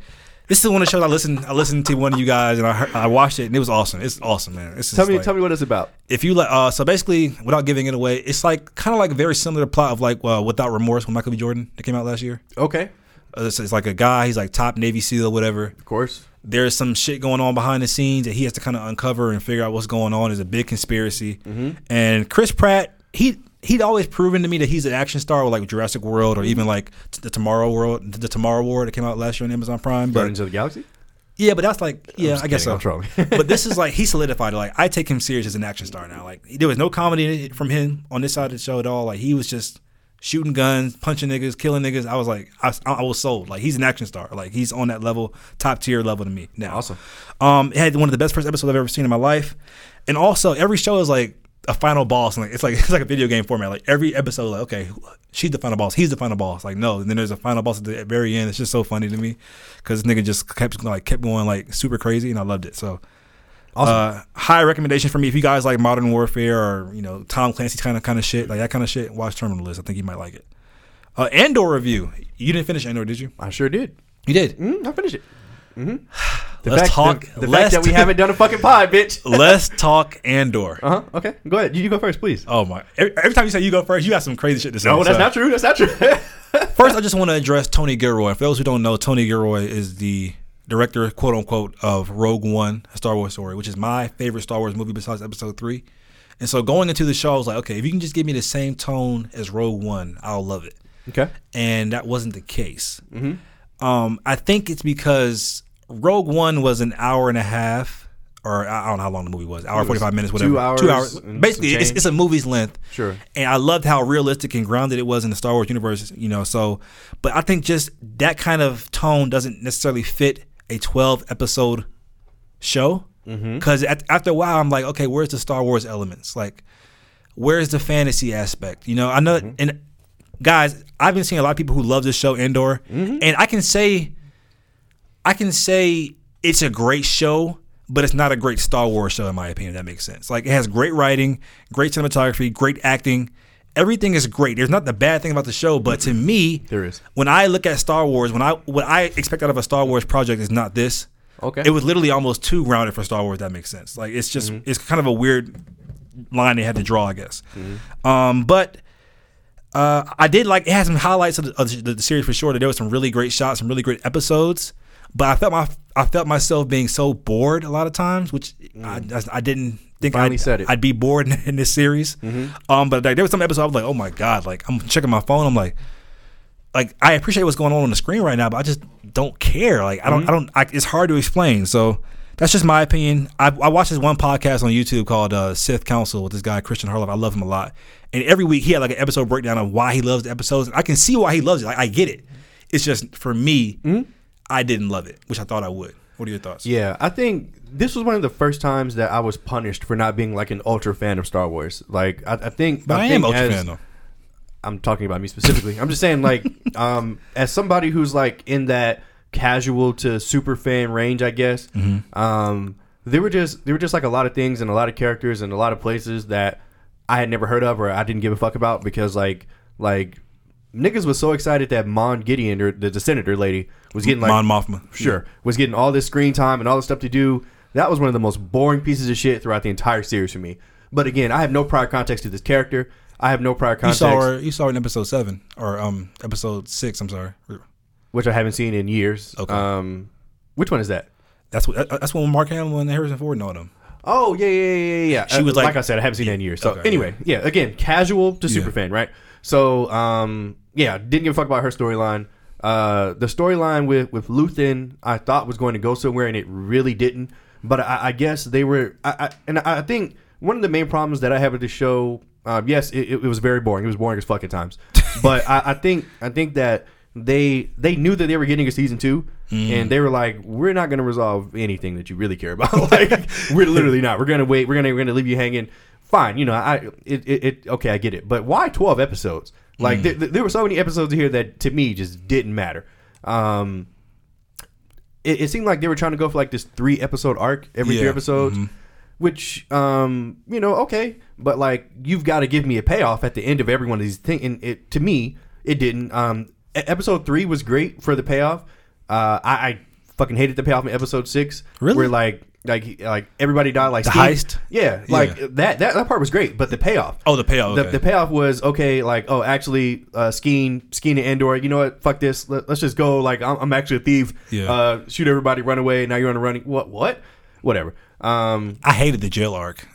Speaker 2: this is one of the shows I listened. I listened to one of you guys, and I heard, I watched it, and it was awesome. It's awesome, man. It's
Speaker 1: Tell
Speaker 2: just
Speaker 1: me,
Speaker 2: like-
Speaker 1: tell me what it's about.
Speaker 2: if you like, uh, so basically, without giving it away, it's like kind of like very similar to plot of like uh, Without Remorse with Michael B. Jordan that came out last year.
Speaker 1: Okay.
Speaker 2: Uh, It's, it's like a guy, he's like top Navy SEAL, whatever.
Speaker 1: Of course.
Speaker 2: There's some shit going on behind the scenes that he has to kind of uncover and figure out what's going on. It's a big conspiracy.
Speaker 1: Mm-hmm.
Speaker 2: And Chris Pratt, he he'd always proven to me that he's an action star with like Jurassic World or even like t- the Tomorrow World, the Tomorrow War that came out last year on Amazon Prime. But
Speaker 1: Guardians of the Galaxy.
Speaker 2: yeah, but that's like yeah, I guess
Speaker 1: kidding, I'm
Speaker 2: so.
Speaker 1: trolling.
Speaker 2: but this is like he solidified it. Like I take him serious as an action star now. Like there was no comedy in it from him on this side of the show at all. Like he was just shooting guns, punching niggas, killing niggas. I was like, I, I was sold. Like he's an action star. Like he's on that level, top tier level to me now.
Speaker 1: Awesome.
Speaker 2: Um, it had one of the best first episodes I've ever seen in my life, and also every show is like a final boss. And like it's like it's like a video game format. Like every episode, like okay, she's the final boss, he's the final boss. Like no, and then there's a final boss at the very end. It's just so funny to me because this nigga just kept like kept going like super crazy, and I loved it. So. Uh, high recommendation for me if you guys like modern warfare or you know Tom Clancy kind of kind of shit like that kind of shit. Watch Terminalist. I think you might like it. Uh, Andor review. You didn't finish Andor, did you?
Speaker 1: I sure did.
Speaker 2: You did.
Speaker 1: Mm, I finished it. Mm-hmm. The
Speaker 2: Let's
Speaker 1: fact,
Speaker 2: talk-
Speaker 1: The, the
Speaker 2: let's-
Speaker 1: fact that we haven't done a fucking pod, bitch.
Speaker 2: Let's talk Andor.
Speaker 1: Uh huh. Okay. Go ahead. You, you go first, please.
Speaker 2: Oh my! Every, every time you say you go first, you got some crazy shit to say.
Speaker 1: no, that's
Speaker 2: So,
Speaker 1: not true. That's not true.
Speaker 2: First, I just want to address Tony Gilroy. For those who don't know, Tony Gilroy is the director, quote unquote, of Rogue One, a Star Wars story, which is my favorite Star Wars movie besides Episode Three. And so, going into the show, I was like, okay, if you can just give me the same tone as Rogue One, I'll love it.
Speaker 1: okay.
Speaker 2: and that wasn't the case.
Speaker 1: Mm-hmm.
Speaker 2: Um, I think it's because Rogue One was an hour and a half, or I I don't know how long the movie was, hour forty five minutes, whatever.
Speaker 1: hours and
Speaker 2: Basically,
Speaker 1: some
Speaker 2: it's,
Speaker 1: change.
Speaker 2: it's a movie's length.
Speaker 1: Sure.
Speaker 2: And I loved how realistic and grounded it was in the Star Wars universe, you know. So, but I think just that kind of tone doesn't necessarily fit a twelve episode show.
Speaker 1: Mm-hmm.
Speaker 2: Because after a while, I'm like, okay, where's the Star Wars elements? Like, where's the fantasy aspect? You know, I
Speaker 1: Mm-hmm.
Speaker 2: know, and guys, I've been seeing a lot of people who love this show Endor,
Speaker 1: Mm-hmm.
Speaker 2: and I can say, I can say it's a great show, but it's not a great Star Wars show in my opinion. If that makes sense. Like, it has great writing, great cinematography, great acting. Everything is great. There's not the bad thing about the show, but to me,
Speaker 1: Mm-hmm. There is.
Speaker 2: When I look at Star Wars, when I what I expect out of a Star Wars project is not this.
Speaker 1: Okay.
Speaker 2: It was literally almost too grounded for Star Wars. That makes sense. Like it's just
Speaker 1: Mm-hmm.
Speaker 2: it's kind of a weird line they had to draw, I guess.
Speaker 1: Mm-hmm.
Speaker 2: Um, but uh, I did like it had some highlights of, the, of the, the series for sure. That there was some really great shots, some really great episodes. But I felt my I felt myself being so bored a lot of times, which I- I, I didn't think
Speaker 1: Mm. finally
Speaker 2: I'd,
Speaker 1: said it. Mm-hmm.
Speaker 2: I'd be bored in, in this series. Um, but like, there was some episode I was like, oh my god, like I'm checking my phone, I'm like, like I appreciate what's going on on the screen right now, but I just don't care. Like
Speaker 1: Mm-hmm.
Speaker 2: I don't, I don't. I, it's hard to explain. So that's just my opinion. I, I watched this one podcast on YouTube called uh, Sith Council with this guy Christian Harloff. I love him a lot, and every week he had like an episode breakdown of why he loves the episodes. I can see why he loves it. Like I get it. It's just for me, I didn't love it, which I thought I would. What are your thoughts?
Speaker 1: Mm-hmm. Yeah, I think this was one of the first times that I was punished for not being like an ultra fan of Star Wars. Like I, I think,
Speaker 2: but I, am
Speaker 1: think
Speaker 2: ultra
Speaker 1: as-
Speaker 2: fan though.
Speaker 1: I'm talking about me specifically. I'm just saying, like, um, as somebody who's like in that casual to super fan range, I guess.
Speaker 2: Mm-hmm.
Speaker 1: Um, there were just there were just like a lot of things and a lot of characters and a lot of places that I had never heard of or I didn't give a fuck about because like like niggas was so excited that Mon Gideon or the, the senator lady was getting like
Speaker 2: Mon Mothma.
Speaker 1: sure was getting all this screen time and all this stuff to do that was one of the most boring pieces of shit throughout the entire series for me but again i have no prior context to this character i have no prior
Speaker 2: You
Speaker 1: context
Speaker 2: saw her. You saw her in episode seven or um episode six. I'm sorry.
Speaker 1: which i haven't seen in years
Speaker 2: Okay.
Speaker 1: um which one is that
Speaker 2: That's what. That's when Mark Hamill and Harrison Ford know them.
Speaker 1: Oh yeah, yeah, yeah, yeah, yeah.
Speaker 2: She was
Speaker 1: Uh,
Speaker 2: like-
Speaker 1: I said, I haven't seen it in years. So
Speaker 2: Okay,
Speaker 1: anyway, yeah. again, casual to super fan, right? So um, yeah, didn't give a fuck about her storyline. Uh, the storyline with with Luthen, I thought was going to go somewhere, and it really didn't. But I, I guess they were, I, I, and I think one of the main problems that I have with the show, uh, yes, it, it was very boring. It was boring as fucking times. but I, I think I think that they they knew that they were getting a season two, and they were like, "We're not going to resolve anything that you really care about. like, we're literally not. We're gonna wait. We're gonna we're gonna leave you hanging. Fine, you know, I it, it, it okay, I get it. But why twelve episodes? Like, there- there- there were so many episodes here that to me just didn't matter. Um, it, it seemed like they were trying to go for like this three episode arc every three
Speaker 2: Yeah.
Speaker 1: episodes, which um you know okay, but like you've got to give me a payoff at the end of every one of these things. And it to me it didn't. Um, e- episode three was great for the payoff. Uh, I, I fucking hated the payoff in episode six.
Speaker 2: Really?
Speaker 1: where like like he- like everybody died like the
Speaker 2: heist?
Speaker 1: Yeah, like that that that part was great, but the payoff.
Speaker 2: Oh, the payoff.
Speaker 1: The, the payoff was okay, like oh, actually, uh, Skeen, Skeen and Andor. You know what? Fuck this. Let, us just go. Like I'm, I'm actually a thief.
Speaker 2: Yeah.
Speaker 1: Uh, shoot everybody, run away. Now you're on a running. What? What? Whatever. Um,
Speaker 2: I hated the jail arc,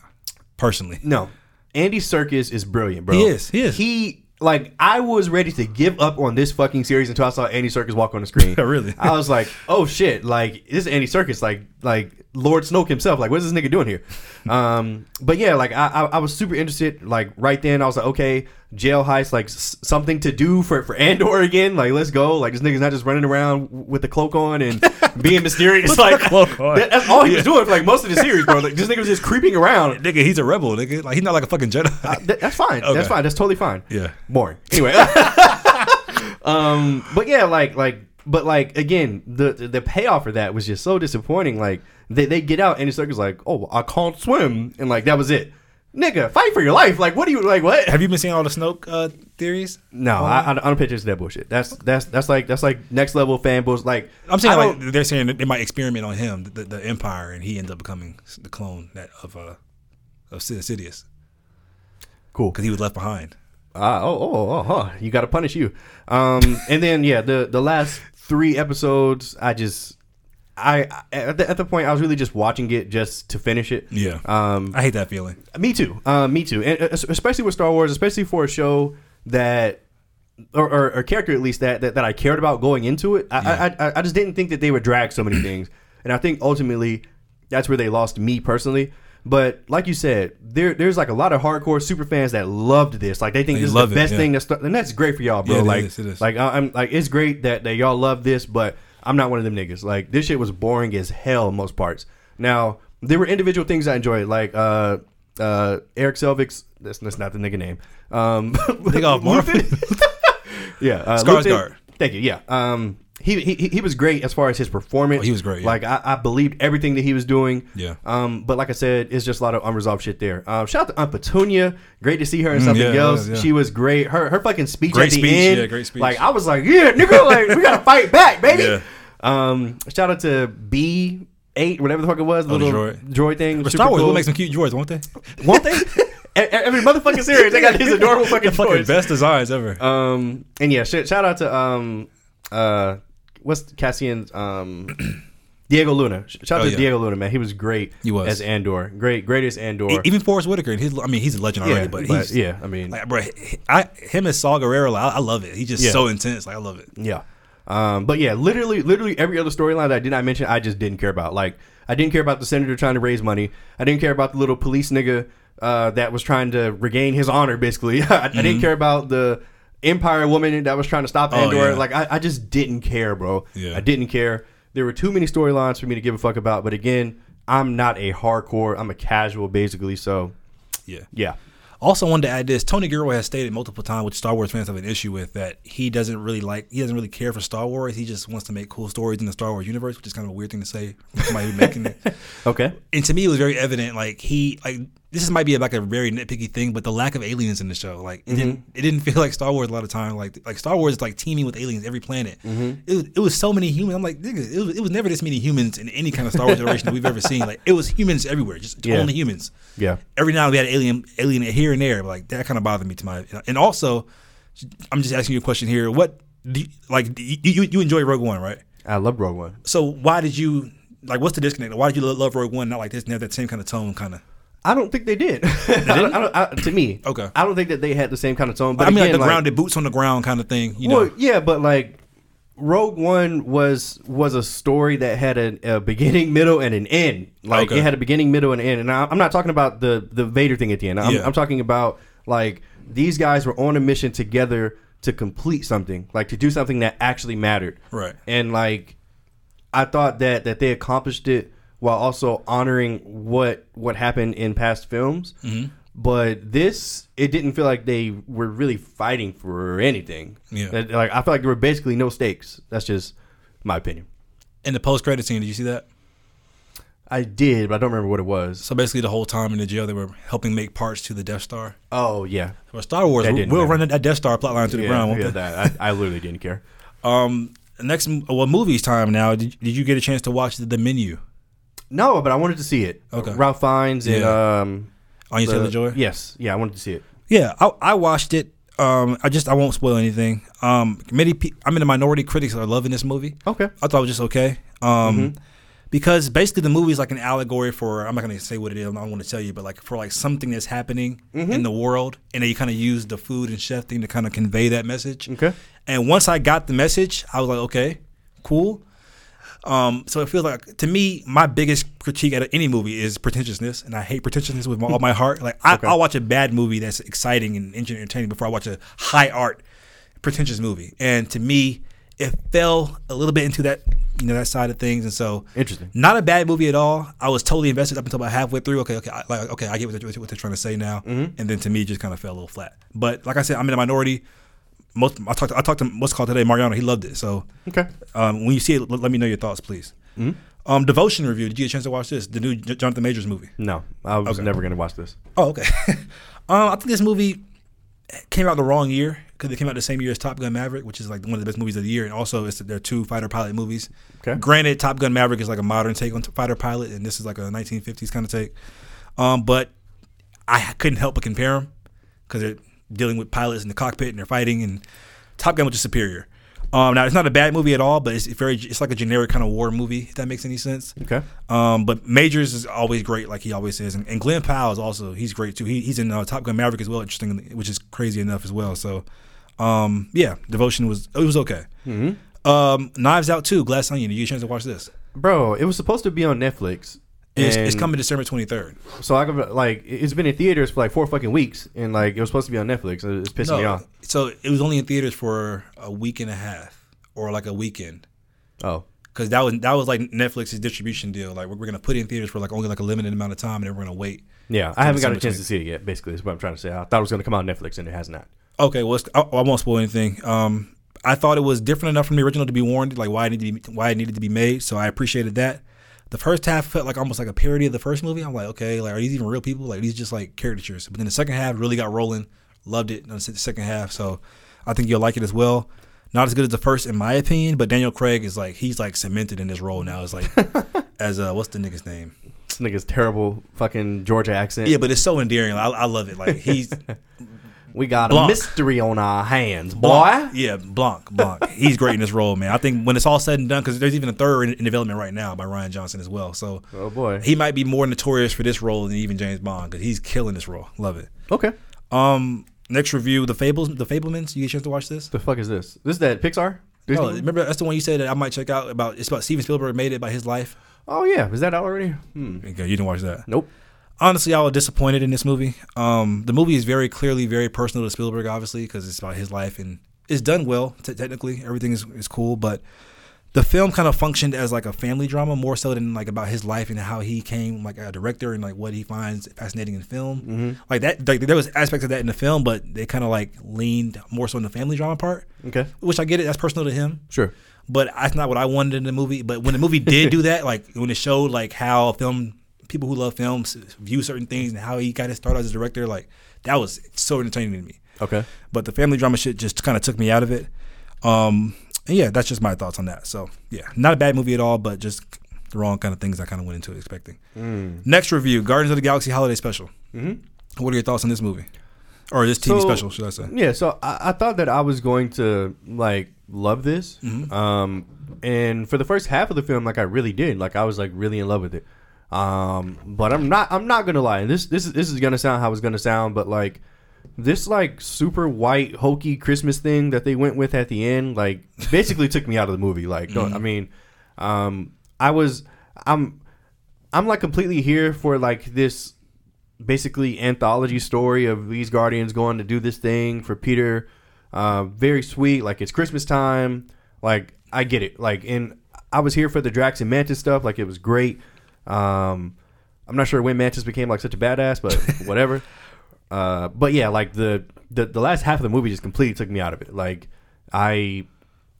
Speaker 2: personally.
Speaker 1: no, Andy Circus is brilliant, bro.
Speaker 2: He is, he is.
Speaker 1: He like I was ready to give up on this fucking series until I saw Andy Circus walk on the screen.
Speaker 2: Really?
Speaker 1: I was like, oh shit, like this is Andy Circus, like like Lord Snoke himself. Like, what is this nigga doing here? Um, but yeah, like I, I I was super interested. Like right then, I was like, okay, jail heist, like s- something to do for for Andor again. Like, let's go. Like this nigga's not just running around w- with the cloak on and being mysterious. like
Speaker 2: cloak on.
Speaker 1: that- that's all he was doing for like most of the series, bro. Like this nigga was just creeping around.
Speaker 2: Nigga, he's a rebel. Nigga, like he's not like a fucking Jedi.
Speaker 1: Th- that's fine.
Speaker 2: Okay.
Speaker 1: That's fine. That's totally fine.
Speaker 2: Yeah.
Speaker 1: Boring. Anyway. um. But yeah, like, like, but like, again, the the payoff for that was just so disappointing. Like, they they get out and the circus like, oh, I can't swim, and like that was it. Nigga, fight for your life. Like, what are you like? What?
Speaker 2: Have you been seeing all the Snoke uh, theories?
Speaker 1: No, I, I don't pay attention to that bullshit. That's that's that's like that's like next level fan bullshit. Like,
Speaker 2: I'm saying
Speaker 1: I
Speaker 2: like
Speaker 1: don't-
Speaker 2: they're saying that they might experiment on him, the, the Empire, and he ends up becoming the clone that of uh of Sid Sidious
Speaker 1: cool.
Speaker 2: because he was left behind.
Speaker 1: Ah, oh, oh, oh, huh. You got to punish you. Um, and then yeah, the the last three episodes, I just, I I- at the, at the point I was really just watching it just to finish it.
Speaker 2: Yeah,
Speaker 1: Um,
Speaker 2: I hate that feeling.
Speaker 1: me too. Uh, me too. And uh, especially with Star Wars, especially for a show that. Or, or, or character at least that, that that I cared about going into it. I, I I I just didn't think that they would drag so many things, and I think ultimately that's where they lost me personally. But like you said, there there's like a lot of hardcore super fans that loved this. Like they think
Speaker 2: They
Speaker 1: this is the
Speaker 2: love it,
Speaker 1: best
Speaker 2: yeah.
Speaker 1: thing that's and that's great for y'all, bro.
Speaker 2: Yeah, it
Speaker 1: like
Speaker 2: is, it is.
Speaker 1: like I, I'm like it's great that that y'all love this, but I'm not one of them niggas. Like this shit was boring as hell most parts. Now there were individual things I enjoyed, like uh, uh, Eric Selvig's. That's, that's not the nigga name. Um,
Speaker 2: Take off, Marvin.
Speaker 1: yeah, uh,
Speaker 2: Skarsgård.
Speaker 1: Lupin- Thank you. Yeah. Um, he, he he was great as far as his performance.
Speaker 2: Oh, he was great, yeah.
Speaker 1: Like I, I believed everything that he was doing.
Speaker 2: Yeah.
Speaker 1: Um, but like I said, it's just a lot of unresolved shit there. Um, shout out to Aunt Petunia. Great to see her in something
Speaker 2: Mm, yeah, it
Speaker 1: else.
Speaker 2: was, yeah.
Speaker 1: She was great. Her her fucking speech at
Speaker 2: Great
Speaker 1: the
Speaker 2: speech,
Speaker 1: end.
Speaker 2: yeah, great speech.
Speaker 1: Like I was like, yeah, nigga, like we gotta fight back, baby.
Speaker 2: Yeah.
Speaker 1: Um, shout out to B. Eight, whatever the fuck it was,
Speaker 2: the
Speaker 1: little droid,
Speaker 2: Oh, droid.
Speaker 1: thing.
Speaker 2: But
Speaker 1: super
Speaker 2: Star Wars
Speaker 1: cool.
Speaker 2: will make some cute droids, won't they?
Speaker 1: Won't they? E- e- Every motherfucking series, they got these adorable fucking,
Speaker 2: the fucking
Speaker 1: toys.
Speaker 2: best designs ever.
Speaker 1: Um, and yeah, shit, shout out to um, uh, what's Cassian's um, Diego Luna. Sh- Shout out
Speaker 2: Oh,
Speaker 1: to
Speaker 2: yeah.
Speaker 1: Diego Luna, man. He was great.
Speaker 2: He was.
Speaker 1: as Andor, great, greatest Andor.
Speaker 2: E- Even Forrest Whitaker, and his, I mean, he's a legend
Speaker 1: yeah,
Speaker 2: already, but, he's,
Speaker 1: yeah, I mean,
Speaker 2: like, bro, he- I, him as Saul Guerrero, like, I, I love it. He's just
Speaker 1: Yeah.
Speaker 2: so intense. Like, I love it.
Speaker 1: yeah. Um, but yeah, literally, literally every other storyline that I did not mention, I just didn't care about. Like, I didn't care about the senator trying to raise money. I didn't care about the little police nigga uh, that was trying to regain his honor. Basically, I, I didn't care about the Empire woman that was trying to stop
Speaker 2: Mm-hmm. Oh,
Speaker 1: Andor.
Speaker 2: yeah.
Speaker 1: Like, I, I just didn't care, bro.
Speaker 2: Yeah.
Speaker 1: I didn't care. There were too many storylines for me to give a fuck about. But again, I'm not a hardcore. I'm a casual, basically. So
Speaker 2: Yeah.
Speaker 1: yeah,
Speaker 2: Also, wanted to add this: Tony Gilroy has stated multiple times, which Star Wars fans have an issue with, that he doesn't really like, he doesn't really care for Star Wars. He just wants to make cool stories in the Star Wars universe, which is kind of a weird thing to say from somebody who's making it.
Speaker 1: okay.
Speaker 2: And to me, it was very evident. Like he, like this might be like a very nitpicky thing, but the lack of aliens in the show, like it, didn't, it didn't feel like Star Wars a lot of time. Like like Star Wars is like teeming with aliens every planet. It, was, it was so many humans. I'm like, nigga, it was, it was never this many humans in any kind of Star Wars iteration that we've ever seen. Like it was humans everywhere, just
Speaker 1: Yeah.
Speaker 2: only humans
Speaker 1: Yeah.
Speaker 2: every now and then we had alien alien here and there. but, Like that kind of bothered me to my. And also, I'm just asking you a question here. What do you, like do you, you you enjoy Rogue One, right?
Speaker 1: I love Rogue One.
Speaker 2: So why did you like? What's the disconnect? Why did you lo- love Rogue One? Not like this, and have that same kind of tone, kind of.
Speaker 1: I don't think they did. I don't- I don't- I- to me,
Speaker 2: Okay.
Speaker 1: I don't think that they had the same kind of tone. But
Speaker 2: I mean,
Speaker 1: again,
Speaker 2: like the
Speaker 1: like,
Speaker 2: grounded boots on the ground kind of thing. You
Speaker 1: Well,
Speaker 2: know,
Speaker 1: yeah, but like Rogue One was was a story that had a, a beginning, middle, and an end. Like
Speaker 2: Okay.
Speaker 1: it had a beginning, middle, and an end. And I, I'm not talking about the the Vader thing at the end. I'm,
Speaker 2: Yeah.
Speaker 1: I'm talking about like these guys were on a mission together to complete something, like to do something that actually mattered.
Speaker 2: Right.
Speaker 1: And like I thought that that they accomplished it while also honoring what what happened in past films.
Speaker 2: Mm-hmm.
Speaker 1: But this, it didn't feel like they were really fighting for anything.
Speaker 2: Yeah.
Speaker 1: That- like I feel like there were basically no stakes. That's just my opinion.
Speaker 2: in the post credit scene, did you see that?
Speaker 1: I did, but I don't remember what it was.
Speaker 2: So basically, the whole time in the jail, they were helping make parts to the Death Star.
Speaker 1: Oh yeah,
Speaker 2: Well, Star Wars,
Speaker 1: That
Speaker 2: we'll
Speaker 1: didn't
Speaker 2: we'll
Speaker 1: matter.
Speaker 2: run that Death Star plotline to the
Speaker 1: yeah,
Speaker 2: ground. won't
Speaker 1: yeah.
Speaker 2: we?
Speaker 1: That I, I literally didn't care.
Speaker 2: Um, next, well, movies time now. Did, did you get a chance to watch the, the menu?
Speaker 1: No, but I wanted to see it.
Speaker 2: Okay.
Speaker 1: Ralph Fiennes and
Speaker 2: Yeah.
Speaker 1: um.
Speaker 2: Anya
Speaker 1: the-
Speaker 2: Taylor Joy.
Speaker 1: Yes, yeah, I wanted to see it.
Speaker 2: Yeah, I, I watched it. Um, I just I won't spoil anything. Um, many pe- I'm in the minority. Critics are loving this movie.
Speaker 1: Okay. Mm-hmm.
Speaker 2: I thought it was just okay. Um, because basically the movie is like an allegory for I'm not gonna say what it is. I don't want to tell you, but like for like something that's happening
Speaker 1: Mm-hmm.
Speaker 2: in the world, and they kind of use the food and chef thing to kind of convey that message.
Speaker 1: Okay.
Speaker 2: And once I got the message, I was like, okay, cool. Um, so it feels like to me, my biggest critique at any movie is pretentiousness, and I hate pretentiousness with my, all my heart. Like I, I'll watch a bad movie that's exciting and entertaining before I watch a high art, pretentious movie. And to me, it fell a little bit into that you know that side of things, and so
Speaker 1: Interesting.
Speaker 2: not a bad movie at all. I was totally invested up until about halfway through. Okay, okay, I, like, okay, I get what they're, what they're trying to say now. And then to me, it just kind of fell a little flat. But like I said, I'm in a minority. Most I talked I talked to what's called today, Mariano. He loved it. So
Speaker 1: Okay.
Speaker 2: um, when you see it, l- let me know your thoughts, please. Um, Devotion review. Did you get a chance to watch this? The new J- Jonathan Majors movie.
Speaker 1: No, I was never gonna watch this.
Speaker 2: Oh, okay. um, I think this movie came out the wrong year because it came out the same year as Top Gun Maverick, which is like one of the best movies of the year, and also it's their two fighter pilot movies.
Speaker 1: Okay.
Speaker 2: Granted, Top Gun Maverick is like a modern take on t- fighter pilot, and this is like a 1950s kind of take. Um, but I couldn't help but compare them because they're dealing with pilots in the cockpit and they're fighting, and Top Gun was just superior. Um, now it's not a bad movie at all, but it's very it's like a generic kind of war movie if that makes any sense.
Speaker 1: Okay.
Speaker 2: Um, but Majors is always great, like he always is, and, and Glenn Powell is also he's great too. He, he's in uh, Top Gun Maverick as well, interesting, which is crazy enough as well. So, um, yeah, Devotion was it was okay. Um, Knives Out too, Glass Onion. Did you get a chance to watch this?
Speaker 1: Bro, it was supposed to be on Netflix.
Speaker 2: It's,
Speaker 1: and
Speaker 2: it's coming December twenty third.
Speaker 1: So I could, like it's been in theaters for like four fucking weeks, and like it was supposed to be on Netflix. and It's pissing me off.
Speaker 2: so it was only in theaters for a week and a half or like a weekend
Speaker 1: Oh,
Speaker 2: because that was that was like Netflix's distribution deal. Like we're, we're gonna put it in theaters for like only like a limited amount of time, and then we're gonna wait.
Speaker 1: Yeah, I haven't got a
Speaker 2: Summer
Speaker 1: chance to see it yet. Basically, is what I'm trying to say. I thought it was going to come out on Netflix, and it has not.
Speaker 2: Okay, well, it's- I, I won't spoil anything. Um, I thought it was different enough from the original to be warned, like why it needed to be, why it needed to be made. So I appreciated that. The first half felt like almost like a parody of the first movie. I'm like, okay, like are these even real people? Like are these just like caricatures? But then the second half really got rolling. Loved it. in The se- second half, so I think you'll like it as well. Not as good as the first, in my opinion, but Daniel Craig is like he's like cemented in this role now. It's like as uh, what's the nigga's name?
Speaker 1: This nigga's terrible fucking Georgia accent.
Speaker 2: Yeah, but it's so endearing. I, I love it. Like he's
Speaker 1: we got a
Speaker 2: Blanc.
Speaker 1: mystery on our hands, boy.
Speaker 2: Blanc. Yeah, Blanc. Blanc. He's great in this role, man. I think when it's all said and done, because there's even a third in, in development right now by Ryan Johnson as well. So
Speaker 1: Oh boy.
Speaker 2: he might be more notorious for this role than even James Bond because he's killing this role. Love it.
Speaker 1: Okay.
Speaker 2: Um, next review: The Fables, The Fablemans. You get a chance to watch this?
Speaker 1: The fuck is this? This is that Pixar? Disney?
Speaker 2: No, remember that's the one you said that I might check out about. It's about Steven Spielberg made it about his life.
Speaker 1: Oh yeah, is that out already? Hmm.
Speaker 2: Okay, you didn't watch that.
Speaker 1: Nope.
Speaker 2: honestly, I was disappointed in this movie. Um, the movie is very clearly very personal to Spielberg, obviously, because it's about his life and it's done well t- technically. Everything is, is cool, but the film kind of functioned as like a family drama more so than like about his life and how he came like a director and like what he finds fascinating in film. Like that, like there was aspects of that in the film, but they kind of like leaned more so on the family drama part,
Speaker 1: Okay.
Speaker 2: which I get it. That's personal to him
Speaker 1: Sure.
Speaker 2: but that's not what I wanted in the movie. But when the movie did do that, like when it showed like how film people who love films view certain things and how he got his start as a director, like that was so entertaining to me.
Speaker 1: Okay.
Speaker 2: But the family drama shit just kind of took me out of it. Um, and yeah, that's just my thoughts on that. So yeah, not a bad movie at all, but just the wrong kind of things I kind of went into expecting. Next review: Guardians of the Galaxy Holiday Special. Mm-hmm. What are your thoughts on this movie or this TV
Speaker 1: So-
Speaker 2: special? Should I say?
Speaker 1: Yeah, so I, I thought that I was going to like love this, um, and for the first half of the film, like I really did, like I was like really in love with it. Um, but I'm not, I'm not gonna lie. This, this is, this is gonna sound how it's gonna sound, but like this, like super white hokey Christmas thing that they went with at the end, like basically took me out of the movie. Like, don't, I mean, um, I was, I'm, I'm like completely here for like this basically anthology story of these guardians going to do this thing for Peter. Uh, very sweet. Like it's Christmas time. Like I get it. Like and I was here for the Drax and Mantis stuff. Like it was great. Um, I'm not sure when Mantis became like such a badass, but whatever. Uh, but yeah, like the, the the last half of the movie just completely took me out of it. Like I.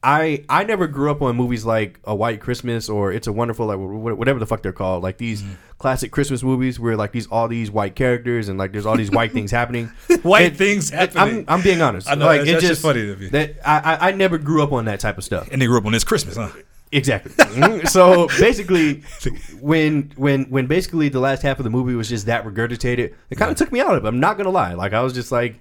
Speaker 1: I, I never grew up on movies like A White Christmas or It's a Wonderful like wh- wh- whatever the fuck they're called like these
Speaker 2: Mm-hmm.
Speaker 1: classic Christmas movies where like these all these white characters and like there's all these white things happening
Speaker 2: White
Speaker 1: It-
Speaker 2: things happening.
Speaker 1: I'm, I'm being honest
Speaker 2: I know,
Speaker 1: like
Speaker 2: that's-
Speaker 1: it
Speaker 2: that's
Speaker 1: just
Speaker 2: just funny to me.
Speaker 1: that I, I I never grew up on that type of stuff
Speaker 2: and they grew up on this Christmas, huh?
Speaker 1: Exactly. Mhm. so basically, when when when basically the last half of the movie was just that regurgitated, it kind of took me out of it. I'm not gonna lie. Like I was just like,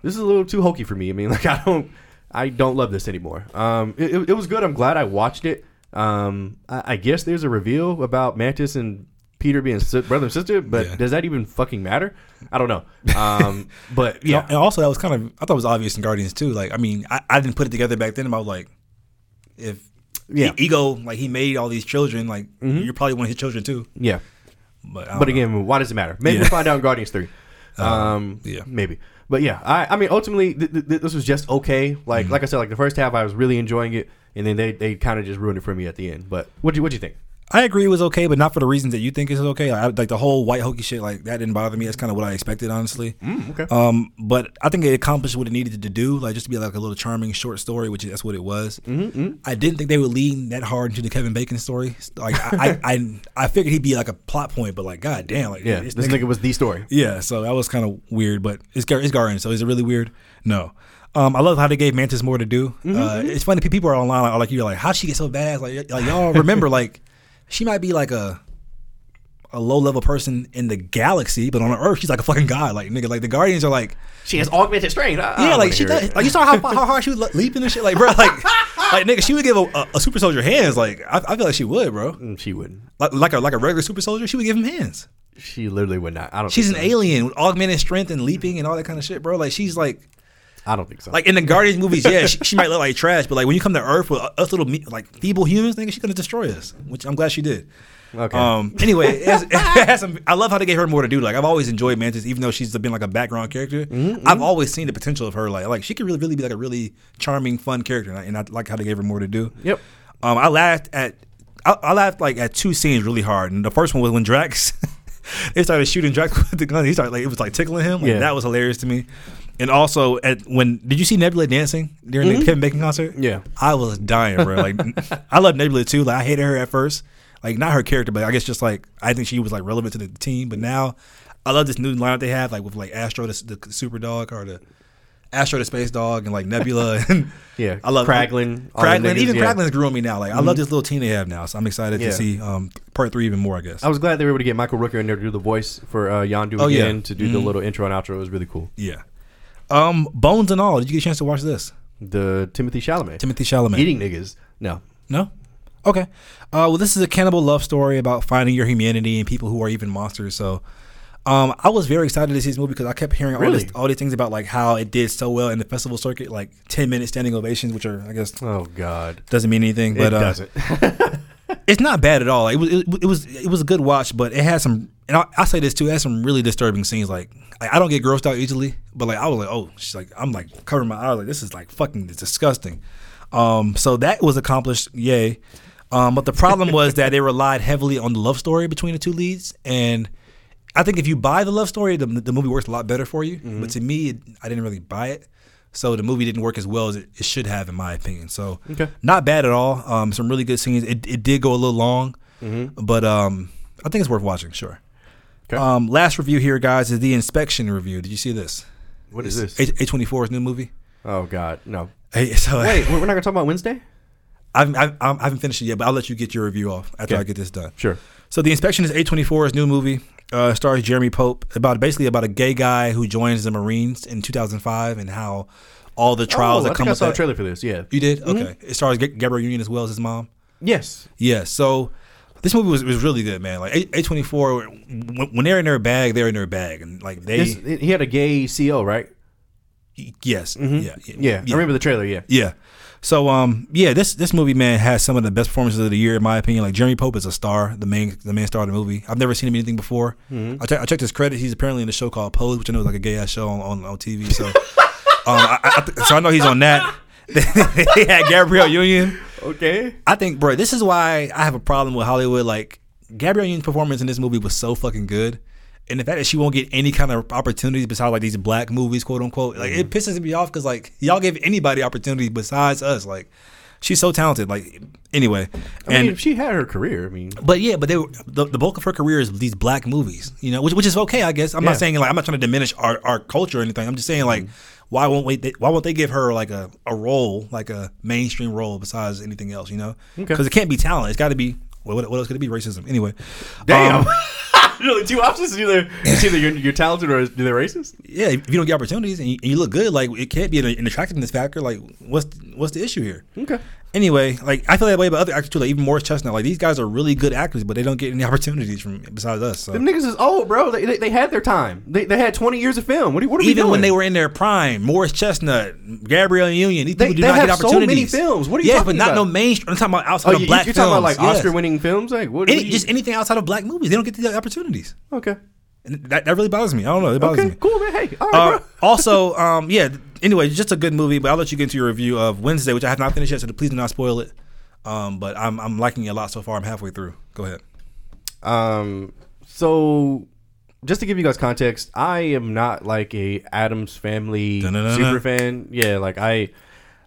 Speaker 1: this is a little too hokey for me. I mean, like I don't I don't love this anymore. Um, it, it, it was good. I'm glad I watched it. Um, I, I guess there's a reveal about Mantis and Peter being si- brother and sister, but
Speaker 2: Yeah.
Speaker 1: does that even fucking matter? I don't know. Um, but
Speaker 2: Yeah.
Speaker 1: yeah,
Speaker 2: And also, that was kind of, I thought it was obvious in Guardians too. Like, I mean, I, I didn't put it together back then. About like, if
Speaker 1: Yeah.
Speaker 2: E- ego, like he made all these children, like you're probably one of his children too.
Speaker 1: yeah.
Speaker 2: Mm-hmm. But,
Speaker 1: But
Speaker 2: I don't know.
Speaker 1: again, why does it matter? Maybe
Speaker 2: Yeah. Uh,
Speaker 1: we'll find out in Guardians Three. Um,
Speaker 2: yeah.
Speaker 1: maybe. But yeah, I, I mean, ultimately, th- th- th- this was just okay.
Speaker 2: Mm-hmm.
Speaker 1: Like, like I said, like the first half, I was really enjoying it, and then they, they kind of just ruined it for me at the end. But what do you what do you think?
Speaker 2: I agree it was okay, but not for the reasons that you think it's okay. Like, I, like the whole white hokey shit, like that didn't bother me. That's kind of what I expected, honestly.
Speaker 1: okay.
Speaker 2: Um, but I think it accomplished what it needed to do, like just to be like a little charming short story, which that's what it was. Mm-hmm. I didn't think they would lean that hard into the Kevin Bacon story. Like I, I, I, I figured he'd be like a plot point, but like, god damn, like
Speaker 1: Yeah,
Speaker 2: this
Speaker 1: this
Speaker 2: nigga-
Speaker 1: nigga was the story.
Speaker 2: Yeah, so that was kind of weird, but it's Gar- it's Garden, so is it really weird? No. Um, I love how they gave Mantis more to do.
Speaker 1: Mm-hmm,
Speaker 2: Uh, it's funny pe- people are online like, like you're like, how she get so badass? Like, y- like y'all remember like she might be like a a low level person in the galaxy, but on Earth she's like a fucking god. Like nigga, like the Guardians are like
Speaker 1: She has augmented strength. I- I
Speaker 2: yeah,
Speaker 1: don't
Speaker 2: like
Speaker 1: wanna
Speaker 2: she
Speaker 1: hear it.
Speaker 2: does, like you saw how, how hard she was le- leaping and shit. Like bro, like like nigga, she would give a, a, a super soldier hands. Like I, I feel like she would, bro.
Speaker 1: Mm, she wouldn't.
Speaker 2: Like like a like a regular super soldier, she would give him hands.
Speaker 1: She literally would not. I don't.
Speaker 2: She's an
Speaker 1: think
Speaker 2: alien with augmented strength and leaping and all that kind of shit, bro. Like she's like
Speaker 1: so. I don't think so.
Speaker 2: like in the Guardians movies, yeah, she, she might look like trash, but like when you come to Earth with us little me- like feeble humans, nigga, she's gonna destroy us. Which I'm glad she did.
Speaker 1: Okay.
Speaker 2: Um. Anyway, it has, it has some, I love how they gave her more to do. Like I've always enjoyed Mantis, even though she's been like a background character.
Speaker 1: Mm-hmm,
Speaker 2: I've always seen the potential of her. Like like she could really really be like a really charming, fun character, and I, and I like how they gave her more to do.
Speaker 1: Yep.
Speaker 2: Um, I laughed at I, I laughed like at two scenes really hard, and the first one was when Drax they started shooting Drax with the gun. He started like it was like tickling him. Like,
Speaker 1: Yeah.
Speaker 2: that was hilarious to me. And also at when did you see Nebula dancing during the Kevin Bacon concert?
Speaker 1: Mm-hmm. Yeah.
Speaker 2: I was dying, bro. Like I love Nebula too. Like I hated her at first. Like not her character, but I guess just like I think she was like relevant to the team. But now I love this new lineup they have, like with like Astro the, the super dog or the Astro the space dog and like Nebula and
Speaker 1: Yeah,
Speaker 2: I love
Speaker 1: Kraglin, all the
Speaker 2: Kraglin,
Speaker 1: niggas,
Speaker 2: even
Speaker 1: yeah. Mm-hmm.
Speaker 2: Kraglin's grew on me now. Like I love this little team they have now, so I'm excited
Speaker 1: Yeah.
Speaker 2: to see um, part three even more. I guess.
Speaker 1: I was glad they were able to get Michael Rooker in there to do the voice for uh, Yondu
Speaker 2: Oh, yeah.
Speaker 1: again to do the little intro and outro. It was really cool.
Speaker 2: yeah. Um, Bones and all. Did you get a chance to watch this?
Speaker 1: The Timothy Chalamet
Speaker 2: Timothy Chalamet.
Speaker 1: eating niggas. No,
Speaker 2: No. Okay. Uh, well, this is a cannibal love story about finding your humanity and people who are even monsters. So, um, I was very excited to see this movie because I kept hearing all
Speaker 1: Really?
Speaker 2: this, all these things about like how it did so well in the festival circuit, like ten minute standing ovations, which are I guess
Speaker 1: oh god,
Speaker 2: doesn't mean anything,
Speaker 1: it
Speaker 2: but uh,
Speaker 1: doesn't.
Speaker 2: it's not bad at all. It was it, was it was a good watch, but it had some. And I, I say this too, it had some really disturbing scenes. Like I, I don't get grossed out easily, but like I was like, oh, she's like I'm like covering my eyes, like this is like fucking disgusting. Um, so that was accomplished, yay. Um, but the problem was that they relied heavily on the love story between the two leads, and I think if you buy the love story, the, the movie works a lot better for you.
Speaker 1: Mm-hmm.
Speaker 2: But to me, it, I didn't really buy it. So the movie didn't work as well as it, it should have, in my opinion. So
Speaker 1: Okay.
Speaker 2: not bad at all. Um, some really good scenes. It, it did go a little long, but um, I think it's worth watching. Sure.
Speaker 1: Mm-hmm. Okay.
Speaker 2: Um, last review here, guys, is the inspection review. Did you see this?
Speaker 1: what is this?
Speaker 2: A twenty four's new movie.
Speaker 1: Oh god, no.
Speaker 2: Hey, so
Speaker 1: Wait, we're we're not gonna talk about Wednesday.
Speaker 2: I've, I've, I haven't finished it yet, but I'll let you get your review off after
Speaker 1: Okay.
Speaker 2: I get this done.
Speaker 1: Sure.
Speaker 2: So the inspection is A24's new movie. Uh, stars Jeremy Pope about basically about a gay guy who joins the Marines in 2005 and how all the trials
Speaker 1: oh, I
Speaker 2: that come
Speaker 1: think I
Speaker 2: with
Speaker 1: saw a Mm-hmm.
Speaker 2: that.
Speaker 1: trailer for this. Yeah.
Speaker 2: you did okay. It stars G- Gabriel Union as well as his mom.
Speaker 1: Yes.
Speaker 2: Yeah. So this movie was, was really good, man. Like A- A24, when, when they're in their bag, they're in their bag, and like they
Speaker 1: This, he had a gay CO, right?
Speaker 2: yes, yeah, yeah,
Speaker 1: Mm-hmm. Yeah, I remember the trailer. Yeah.
Speaker 2: Yeah. So um yeah, this this movie man has some of the best performances of the year in my opinion. Like Jeremy Pope is a star, the main the main star of the movie. I've never seen him in anything before. I, check- I checked his credit. He's apparently in a show called Pose, which I know is like a gay ass show on, on, on TV. So um, I, I, I th- so I know he's on that. they had Gabrielle Union.
Speaker 1: Okay.
Speaker 2: I think, bro, this is why I have a problem with Hollywood. Like Gabrielle Union's performance in this movie was so fucking good, and the fact that she won't get any kind of opportunities besides like these black movies, quote unquote, like
Speaker 1: Mm-hmm.
Speaker 2: it pisses me off because like y'all give anybody opportunities besides us. Like she's so talented. Like anyway,
Speaker 1: I
Speaker 2: and
Speaker 1: mean, she had her career. I mean,
Speaker 2: but yeah, but they were, the, the bulk of her career is these black movies, you know, which which is okay, I guess. I'm
Speaker 1: Yeah.
Speaker 2: not saying like I'm not trying to diminish our, our culture or anything. I'm just saying like
Speaker 1: Mm-hmm.
Speaker 2: why won't we, they, why won't they give her like a, a role like a mainstream role besides anything else, you know? Because it can't be talent. It's got to be well, what, what else could it be? Racism. Anyway,
Speaker 1: damn.
Speaker 2: Um,
Speaker 1: really, two options. It's either it's either you're, you're talented or they're racist.
Speaker 2: yeah, if you don't get opportunities and you, and you look good, like it can't be an, an attractiveness factor. Like what's what's the issue here?
Speaker 1: Okay.
Speaker 2: Anyway, like I feel that way about other actors too. Like even Morris Chestnut, like these guys are really good actors, but they don't get any opportunities from besides us. So.
Speaker 1: Them niggas is old, bro. They, they, they had their time. They, they had 20 years of film. What are, what are we
Speaker 2: even
Speaker 1: doing?
Speaker 2: when they were in their prime, Morris Chestnut, Gabrielle Union, these
Speaker 1: They-
Speaker 2: people do
Speaker 1: they
Speaker 2: not get
Speaker 1: have so many
Speaker 2: opportunities.
Speaker 1: films. What are you
Speaker 2: yeah,
Speaker 1: talking
Speaker 2: but not
Speaker 1: about?
Speaker 2: no mainstream. I'm talking about
Speaker 1: Oh,
Speaker 2: outside
Speaker 1: you,
Speaker 2: of black
Speaker 1: you're
Speaker 2: films.
Speaker 1: talking about like
Speaker 2: yes.
Speaker 1: Oscar-winning films. Like what? what
Speaker 2: Any,
Speaker 1: are you-
Speaker 2: just anything outside of black movies. They don't get the opportunities.
Speaker 1: okay.
Speaker 2: And that, that really bothers me. I don't know. It bothers
Speaker 1: Okay.
Speaker 2: me.
Speaker 1: Cool, man. Hey, all right,
Speaker 2: Uh,
Speaker 1: bro.
Speaker 2: also, um, yeah. th- Anyway, just a good movie. But I'll let you get into your review of Wednesday, which I have not finished yet. So please do not spoil it. Um, but I'm I'm liking it a lot so far. I'm halfway through. Go ahead.
Speaker 1: Um, so just to give you guys context, I am not like a Adams Family
Speaker 2: Dun-dun-dun-dun.
Speaker 1: super fan. Yeah, like I,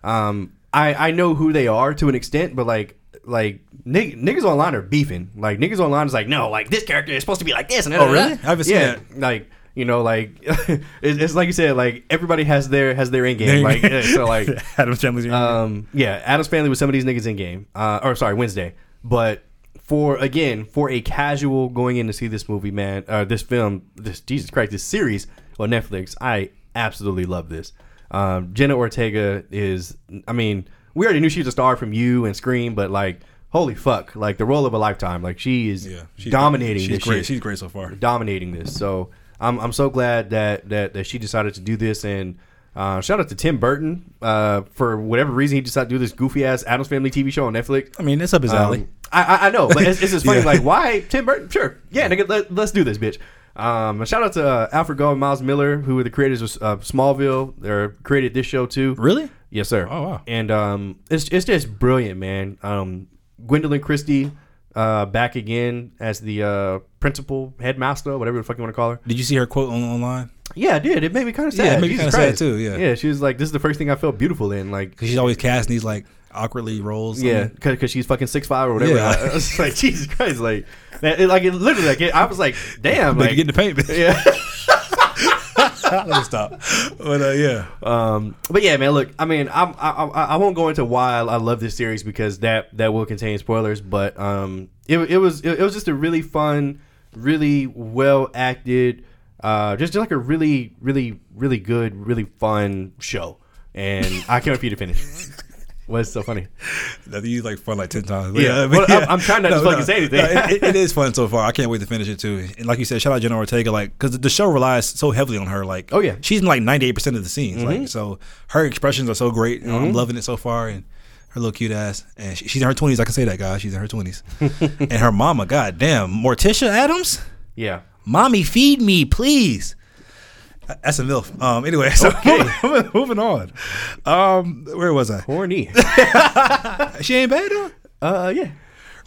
Speaker 1: um, I I know who they are to an extent, but like like nig- niggas online are beefing. Like niggas online is like, no, like this character is supposed to be like this. And oh,
Speaker 2: really? I haven't seen
Speaker 1: yeah,
Speaker 2: that.
Speaker 1: Like. You know, like it's, it's like you said, like everybody has their has their end game. Like yeah, so, like
Speaker 2: Adam's family's
Speaker 1: um, yeah, Adam's family was some of these niggas in game. Uh, or sorry, Wednesday. But for again, for a casual going in to see this movie, man, uh, this film, this Jesus Christ, this series on Netflix, I absolutely love this. Um, Jenna Ortega is, I mean, we already knew she was a star from You and Scream, but like, holy fuck, like the role of a lifetime. Like she is
Speaker 2: yeah, she's
Speaker 1: dominating.
Speaker 2: She's
Speaker 1: this
Speaker 2: great.
Speaker 1: shit
Speaker 2: She's great so far.
Speaker 1: dominating this. So I'm I'm so glad that that that she decided to do this. And uh, shout out to Tim Burton uh, for whatever reason he decided to do this goofy ass Adams Family TV show on Netflix.
Speaker 2: I mean, it's up his alley.
Speaker 1: Um, I, I I know, but it's, it's just funny.
Speaker 2: Yeah.
Speaker 1: Like, why Tim Burton? Sure, yeah, nigga, let, let's do this, bitch. Um, and shout out to uh, Alfred Gold and Miles Miller, who were the creators of uh, Smallville. They created this show too.
Speaker 2: Really?
Speaker 1: Yes, sir.
Speaker 2: Oh, wow.
Speaker 1: And um, it's it's just brilliant, man. Um, Gwendolyn Christie uh, back again as the uh, principal, headmaster, whatever the fuck you want to call her.
Speaker 2: Did you see her quote on, online?
Speaker 1: Yeah, I did. It made me kind of sad.
Speaker 2: Yeah, it made me
Speaker 1: Jesus
Speaker 2: kinda sad,
Speaker 1: Christ.
Speaker 2: too, yeah.
Speaker 1: yeah. She was like, "This is the first thing I felt beautiful in." Like,
Speaker 2: Because she's always casting these like awkwardly roles.
Speaker 1: yeah, because she's fucking six five or whatever.
Speaker 2: Yeah.
Speaker 1: I, was like, Jesus Christ, like, that, it, like it literally, like, it, I was like, damn,
Speaker 2: Like,
Speaker 1: like,
Speaker 2: you get in the paint, bitch.
Speaker 1: yeah.
Speaker 2: Let me stop. But uh, yeah,
Speaker 1: Um, but yeah, man. Look, I mean, I'm, I, I I won't go into why I love this series because that that will contain spoilers. But um, it, it was it, it was just a really fun, really well acted, uh, just, just like a really really really good, really fun show. And I can't wait for you to finish. What's so funny?
Speaker 2: that you like fun like ten times.
Speaker 1: Yeah.
Speaker 2: I mean,
Speaker 1: Well, I'm- I'm trying not to just fucking say anything.
Speaker 2: it- it- it is fun so far. I can't wait to finish it too. And like you said, shout out Jenna Ortega, like because the show relies so heavily on her. Like,
Speaker 1: Oh, yeah. Mm-hmm.
Speaker 2: she's in like ninety eight percent of the scenes. Like, so her expressions are so great. and I'm loving it so far, and her little cute ass. And she, she's in her twenties. I can say that, guys. She's in her twenties. and her mama, goddamn, Morticia Adams.
Speaker 1: Yeah.
Speaker 2: Mommy, feed me, please. That's a milf. Um. Anyway, so moving on. Um. Where was I?
Speaker 1: Horny.
Speaker 2: She ain't bad though.
Speaker 1: uh, yeah.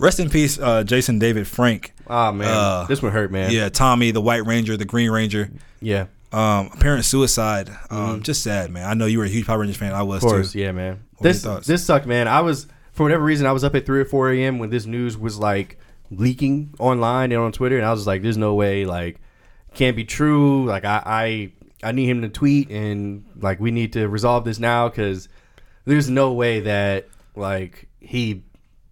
Speaker 2: Rest in peace, uh, Jason David Frank.
Speaker 1: Oh man,
Speaker 2: Uh,
Speaker 1: this one hurt, man.
Speaker 2: Yeah, Tommy, the White Ranger, the Green Ranger.
Speaker 1: Yeah.
Speaker 2: Um, apparent suicide. Um, just sad, man. I know you were a huge Power Rangers fan. I was
Speaker 1: Mm-hmm. Of course,
Speaker 2: too.
Speaker 1: yeah, man.
Speaker 2: were your
Speaker 1: this
Speaker 2: thoughts?
Speaker 1: this sucked, man. I was for whatever reason I was up at three or four a.m. when this news was like leaking online and on Twitter, and I was just like, "There's no way, like, can't be true." Like, I I, I need him to tweet, and like, we need to resolve this now because there's no way that like he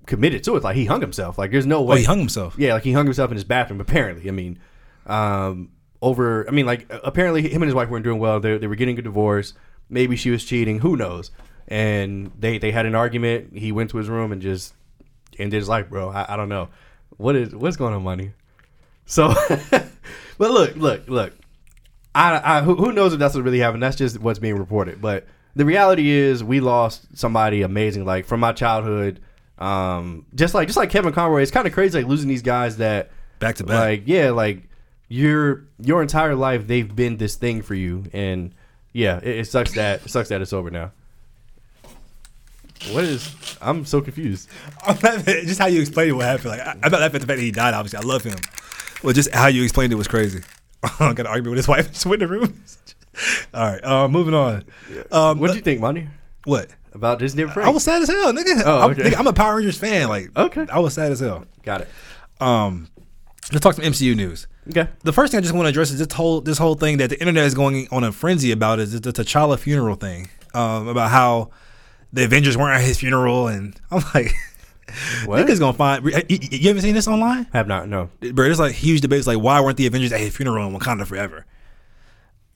Speaker 1: committed to it. Like, he hung himself. Like, there's no
Speaker 2: Oh,
Speaker 1: way
Speaker 2: he hung himself.
Speaker 1: yeah, like he hung himself in his bathroom. Apparently, I mean, um, over. I mean, like apparently, him and his wife weren't doing well. They they were getting a divorce. Maybe she was cheating. Who knows? And they they had an argument. He went to his room and just ended his life, bro. I, I don't know what is what's going on, money. So, but look, look, look. I, I who, who knows if that's what really happened? That's just what's being reported. But the reality is, we lost somebody amazing, like from my childhood. Um, just like just like Kevin Conroy, it's kind of crazy, like losing these guys that,
Speaker 2: Back to back.
Speaker 1: like yeah, like your your entire life they've been this thing for you, and yeah, it, it sucks that it sucks that it's over now. What is? I'm so confused.
Speaker 2: I'm laughing- just how you explained what happened. Like I, I'm not laughing at the fact that he died. Obviously, I love him. Well, just how you explained it was crazy. I got an argument with his wife. Just went in the room. All right. Uh, moving on. Um,
Speaker 1: What do you think, Monty,
Speaker 2: what?
Speaker 1: about this different?
Speaker 2: I was sad as hell, nigga.
Speaker 1: Oh,
Speaker 2: I'm-
Speaker 1: okay.
Speaker 2: nigga, I'm a Power Rangers fan. Like,
Speaker 1: Okay.
Speaker 2: I was sad as hell.
Speaker 1: got it.
Speaker 2: Um, let's talk some MCU news.
Speaker 1: Okay.
Speaker 2: The first thing I just want to address is this whole this whole thing that the internet is going on a frenzy about is the T'Challa funeral thing. Um, about how the Avengers weren't at his funeral, and I'm like,
Speaker 1: What?
Speaker 2: niggas gonna find. You, you- you haven't seen this online,
Speaker 1: Have not. No.
Speaker 2: bro? There's like huge debates like why weren't the Avengers at his funeral in Wakanda forever?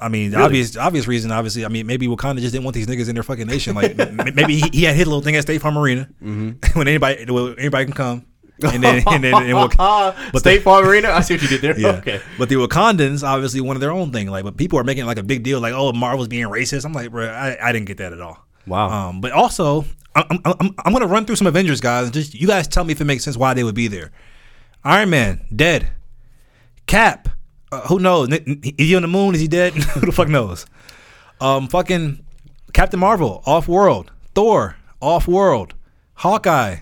Speaker 2: I mean, the
Speaker 1: Really?
Speaker 2: obvious obvious reason, obviously. I mean, maybe Wakanda just didn't want these niggas in their fucking nation. Like, m- m- maybe he, he had his little thing at State Farm Arena when anybody when anybody can come, and then and then and Wak-
Speaker 1: but State Farm Arena. I see what you did there.
Speaker 2: Yeah.
Speaker 1: Okay.
Speaker 2: But the Wakandans obviously wanted their own thing. Like, but people are making like a big deal, like, oh, Marvel's being racist. I'm like, bro, I, I didn't get that at all.
Speaker 1: Wow.
Speaker 2: Um, but also, I'm, I'm, I'm, I'm going to run through some Avengers guys. and Just you guys tell me if it makes sense why they would be there. Iron Man dead. Cap. Uh, who knows? N- n- Is he on the moon? Is he dead? who the fuck knows? Um, fucking Captain Marvel off world. Thor off world. Hawkeye.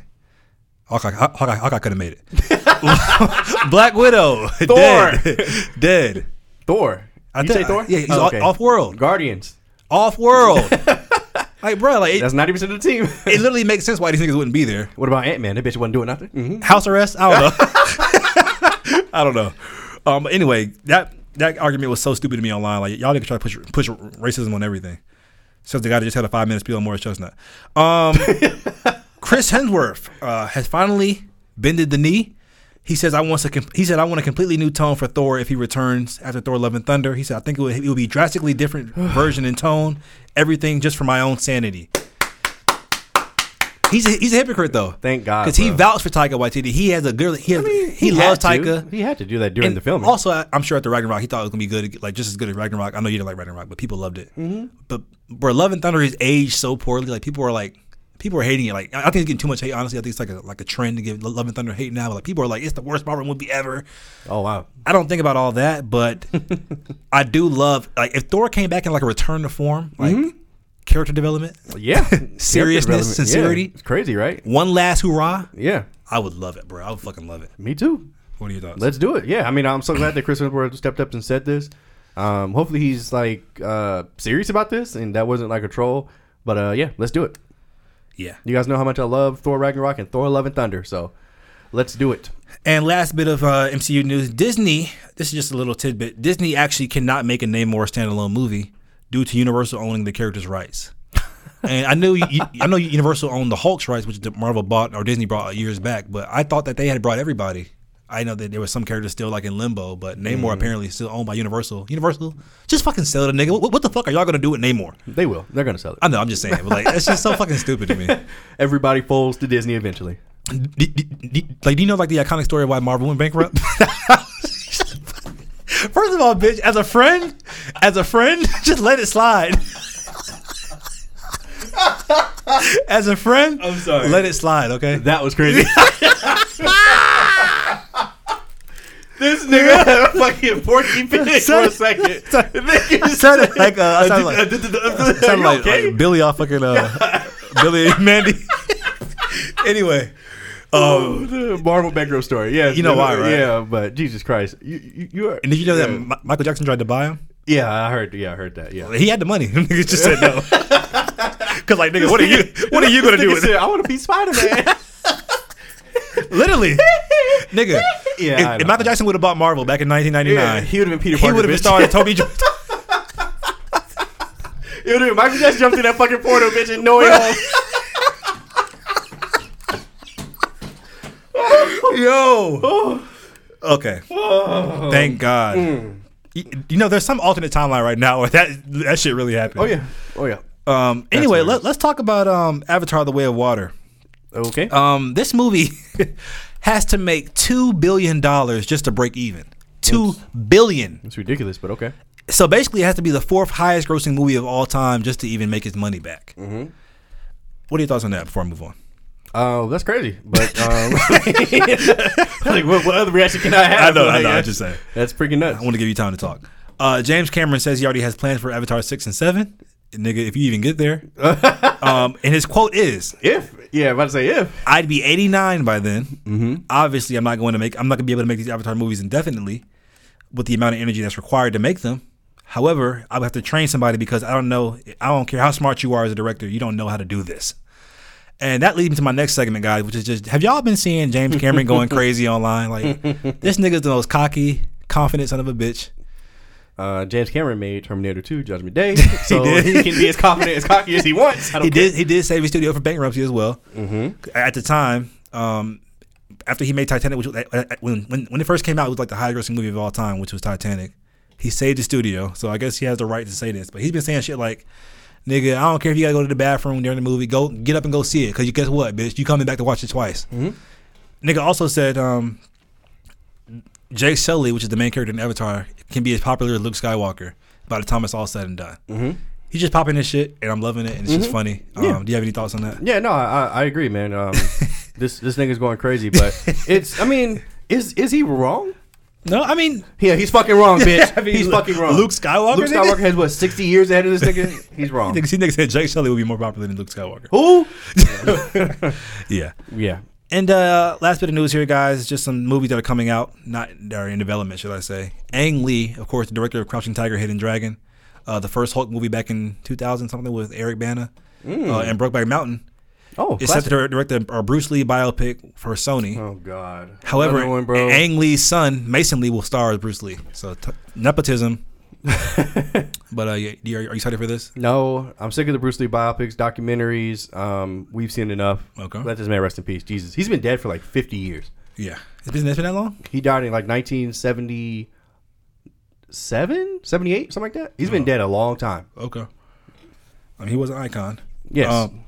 Speaker 2: Hawkeye, Hawkeye, Hawkeye could have made it. Black Widow, dead, dead.
Speaker 1: Thor.
Speaker 2: I
Speaker 1: you
Speaker 2: think-
Speaker 1: say Thor?
Speaker 2: yeah, he's
Speaker 1: Oh,
Speaker 2: off- off-world.
Speaker 1: Guardians.
Speaker 2: Off world, like bro, like it,
Speaker 1: That's ninety percent of the team.
Speaker 2: it literally makes sense why these niggas wouldn't be there.
Speaker 1: what about Ant Man? That bitch wasn't doing nothing. Mm-hmm.
Speaker 2: House arrest? I don't know. I don't know. Um, but anyway, that that argument was so stupid to me online. Like y'all niggas try to push push racism on everything. Since the guy that just had a five minute spiel on Morris Chestnut. Um, Chris Hemsworth uh, has finally bended the knee. He says I want to. Com- he said I want a completely new tone for Thor if he returns after Thor: Love and Thunder. He said I think it would, it would be drastically different version and tone, everything just for my own sanity. He's a, he's a hypocrite though.
Speaker 1: Thank God,
Speaker 2: because he
Speaker 1: bro.
Speaker 2: vouts for Taika Waititi. He has a good. He has, he, loves
Speaker 1: had to.
Speaker 2: Taika.
Speaker 1: He had to do that during the film.
Speaker 2: Also, I- I'm sure at the Ragnarok, he thought it was gonna be good, like just as good as Ragnarok. I know you didn't like Ragnarok, but people loved it. But bro, Love and Thunder is aged so poorly. Like people were like, people are hating it. Like I I think it's getting too much hate. Honestly, I think it's like a like a trend to give Love and Thunder hate now. Like people are like, it's the worst Marvel movie ever.
Speaker 1: Oh wow.
Speaker 2: I don't think about all that, but I do love like if Thor came back in like a return to form, like character development,
Speaker 1: Yeah.
Speaker 2: Seriousness,
Speaker 1: Yeah,
Speaker 2: sincerity.
Speaker 1: It's crazy, right?
Speaker 2: one last hurrah,
Speaker 1: Yeah.
Speaker 2: I would love it, bro. I would fucking love it.
Speaker 1: Me too.
Speaker 2: What are your thoughts?
Speaker 1: Let's do it. Yeah. I mean, I'm so glad that Chris Hemsworth stepped up and said this. Um, hopefully he's like uh, serious about this and that wasn't like a troll. But uh, yeah, let's do it.
Speaker 2: yeah.
Speaker 1: You guys know how much I love Thor Ragnarok and Thor Love and Thunder, so let's do it.
Speaker 2: And last bit of uh, MCU news: Disney. This is just a little tidbit. Disney actually cannot make a Namor standalone movie due to Universal owning the character's rights. and I knew you, I know Universal owned the Hulk's rights, which Marvel bought or Disney bought years back. But I thought that they had brought everybody. I know that there was some characters still like in limbo, but Namor apparently is still owned by Universal. Universal, just fucking sell it, nigga. What, what the fuck are y'all gonna do with Namor?
Speaker 1: They will. They're gonna sell it.
Speaker 2: I know, I'm just saying, but like, it's just so fucking stupid to me.
Speaker 1: Everybody folds to Disney eventually.
Speaker 2: D- d- d- like, do you know like the iconic story of why Marvel went bankrupt? First of all, bitch, as a friend, as a friend, just let it slide. as a friend, I'm
Speaker 1: sorry.
Speaker 2: Let it slide, okay?
Speaker 1: That was crazy. this nigga had a fucking porky face for a second.
Speaker 2: I sounded like uh, I sounded like,
Speaker 1: Sound
Speaker 2: I sounded like, like Billy off fucking uh, Billy and Mandy. anyway, um,
Speaker 1: Oh, the Marvel bankrupt story. Yeah,
Speaker 2: You know why, right?
Speaker 1: Yeah, but Jesus Christ, you you, you are.
Speaker 2: and did you know that
Speaker 1: yeah.
Speaker 2: Mi- Michael Jackson tried to buy him?
Speaker 1: Yeah, I heard. Yeah, I heard that. Yeah.
Speaker 2: He had the money. Niggas just said no. Cause like nigga, what are you? What are you gonna do
Speaker 1: Nigga
Speaker 2: with
Speaker 1: said,
Speaker 2: it?
Speaker 1: I want to be Spider Man.
Speaker 2: Literally, nigga.
Speaker 1: Yeah, I
Speaker 2: If, if
Speaker 1: know.
Speaker 2: Michael Jackson would have bought Marvel back in 1999,
Speaker 1: he would have been Peter
Speaker 2: he
Speaker 1: Parker.
Speaker 2: would have been
Speaker 1: bitch.
Speaker 2: starring Toby. Jo-
Speaker 1: It would have Michael Jackson jumped through that fucking portal, bitch, and no way home.
Speaker 2: Yo. Okay. Thank God.
Speaker 1: Mm.
Speaker 2: You, you know, there's some alternate timeline right now where that that shit really happened.
Speaker 1: Oh yeah. Oh yeah.
Speaker 2: Um. Anyway,
Speaker 1: hilarious.
Speaker 2: let, let's talk about um Avatar: The Way of Water.
Speaker 1: Okay.
Speaker 2: Um. This movie has to make two billion dollars just to break even. Two billion.
Speaker 1: it's ridiculous, but okay.
Speaker 2: so basically it has to be the fourth highest grossing movie of all time just to even make its money back.
Speaker 1: Mm-hmm.
Speaker 2: What are your thoughts on that before I move on?
Speaker 1: Oh, that's crazy. But um, like, what, what other reaction can I
Speaker 2: I
Speaker 1: have?
Speaker 2: know, I
Speaker 1: Like,
Speaker 2: know, I
Speaker 1: that's-
Speaker 2: just say.
Speaker 1: that's freaking
Speaker 2: I
Speaker 1: nuts.
Speaker 2: want to give you time to talk. Uh, James Cameron says he already has plans for Avatar 6 and 7. Nigga, if you even get there. um, and his quote is,
Speaker 1: If yeah, I'm about to say if.
Speaker 2: I'd be 89 by then. Mm-hmm. Obviously, I'm not going to make. I'm not going to be able to make these Avatar movies indefinitely, with the amount of energy that's required to make them. However, I would have to train somebody because I don't know. I don't care how smart you are as a director. You don't know how to do this. And that leads me to my next segment, guys, which is just: Have y'all been seeing James Cameron going crazy online? Like this nigga's the most cocky, confident son of a bitch.
Speaker 1: Uh, James Cameron made Terminator 2 Judgment Day, so
Speaker 2: did.
Speaker 1: he, can be as confident as cocky as he wants. I don't
Speaker 2: He
Speaker 1: care. Mm-hmm.
Speaker 2: did. He did save his studio from bankruptcy as well. At the time, um, after he made Titanic, which was, uh, uh, when, when when it first came out, it was like the highest grossing movie of all time, which was Titanic. He saved the studio, so I guess he has the right to say this. But he's been saying shit like, "Nigga, I don't care if you gotta go to the bathroom during the movie. Go get up and go see it, cause you guess what, bitch, you coming back to watch it twice."
Speaker 1: Mm-hmm.
Speaker 2: Nigga also said, um, "Jake Sully, which is the main character in Avatar, can be as popular as Luke Skywalker by the time it's all said and done."
Speaker 1: Mm-hmm.
Speaker 2: He's just popping this shit, and I'm loving it, and it's just funny. Um, do you have any thoughts on that?
Speaker 1: Yeah, no, I, I I agree, man. Um, this this nigga's going crazy, but it's. I mean, is is he wrong?
Speaker 2: No, I mean,
Speaker 1: Yeah, he's fucking wrong, bitch.
Speaker 2: I mean,
Speaker 1: he's
Speaker 2: Lu-
Speaker 1: fucking wrong.
Speaker 2: Luke Skywalker,
Speaker 1: Luke
Speaker 2: nigga?
Speaker 1: Skywalker has what sixty years ahead of this nigga. He's
Speaker 2: I
Speaker 1: wrong.
Speaker 2: think nigga said Jake Sully would be more popular than Luke Skywalker.
Speaker 1: Who?
Speaker 2: Yeah.
Speaker 1: Yeah.
Speaker 2: And uh, last bit of news here, guys, just some movies that are coming out, not that are in development, should I say? Ang Lee, of course, the director of Crouching Tiger, Hidden Dragon, uh, the first Hulk movie back in 2000 something with Eric Bana, uh, and Brokeback Mountain.
Speaker 1: Oh,
Speaker 2: It's set to dir- direct the uh, Bruce Lee biopic for Sony.
Speaker 1: Oh God.
Speaker 2: However,
Speaker 1: Another one, bro.
Speaker 2: Ang Lee's son Mason Lee will star as Bruce Lee. So t- nepotism. but uh, yeah, you- are you excited for this?
Speaker 1: no, I'm sick of the Bruce Lee biopics, documentaries. Um, we've seen enough.
Speaker 2: Okay.
Speaker 1: Let this man rest in peace. Jesus, he's been dead for like 50 years.
Speaker 2: Yeah, it's been, it's been that long.
Speaker 1: He died in like 1977, 78, something like that. He's
Speaker 2: Oh.
Speaker 1: been dead a long time.
Speaker 2: Okay. I mean, he was an icon.
Speaker 1: Yes.
Speaker 2: Um,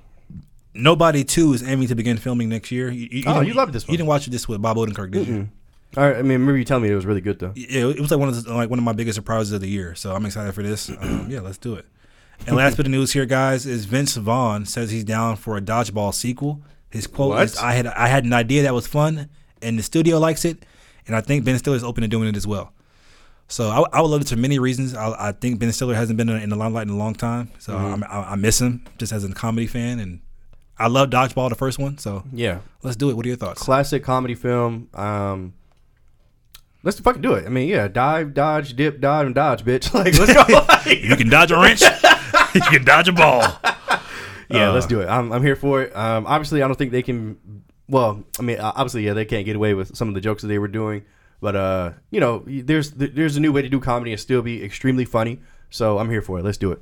Speaker 2: Nobody Two is aiming to begin filming next year. You, you,
Speaker 1: Oh,
Speaker 2: didn't-
Speaker 1: you loved this
Speaker 2: You
Speaker 1: one.
Speaker 2: didn't watch this with Bob Odenkirk, did you?
Speaker 1: All right, I mean, remember you telling me it was really good though.
Speaker 2: Yeah, it was like one of the, like one of my biggest surprises of the year. So I'm excited for this. Um, yeah, let's do it. And last bit of news here, guys, is Vince Vaughn says he's down for a dodgeball sequel. His quote
Speaker 1: What?
Speaker 2: is, "I had I had an idea that was fun, and the studio likes it, and I think Ben Stiller's open to doing it as well." So I, I would love it for many reasons. I, I think Ben Stiller hasn't been in the limelight in a long time, so I'm- I, I miss him just as a comedy fan, and I love dodgeball, the first one. So
Speaker 1: Yeah.
Speaker 2: let's do it. What are your thoughts?
Speaker 1: classic comedy film. Um, let's fucking do it. I mean, yeah, dive, dodge, dip, dive, and dodge, bitch. Like, let's go. Like,
Speaker 2: You can dodge a wrench. you can dodge a ball.
Speaker 1: yeah, let's do it. I'm, I'm here for it. Um, obviously, I don't think they can. Well, I mean, uh, obviously, yeah, they can't get away with some of the jokes that they were doing. But uh, you know, there's there's a new way to do comedy and still be extremely funny. So I'm here for it. Let's do it.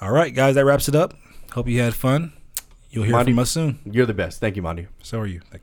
Speaker 2: All right, guys, that wraps it up. Hope you had fun. You'll hear
Speaker 1: Monty-
Speaker 2: from us soon.
Speaker 1: You're the best. Thank you, Monty.
Speaker 2: So are you. Thank you.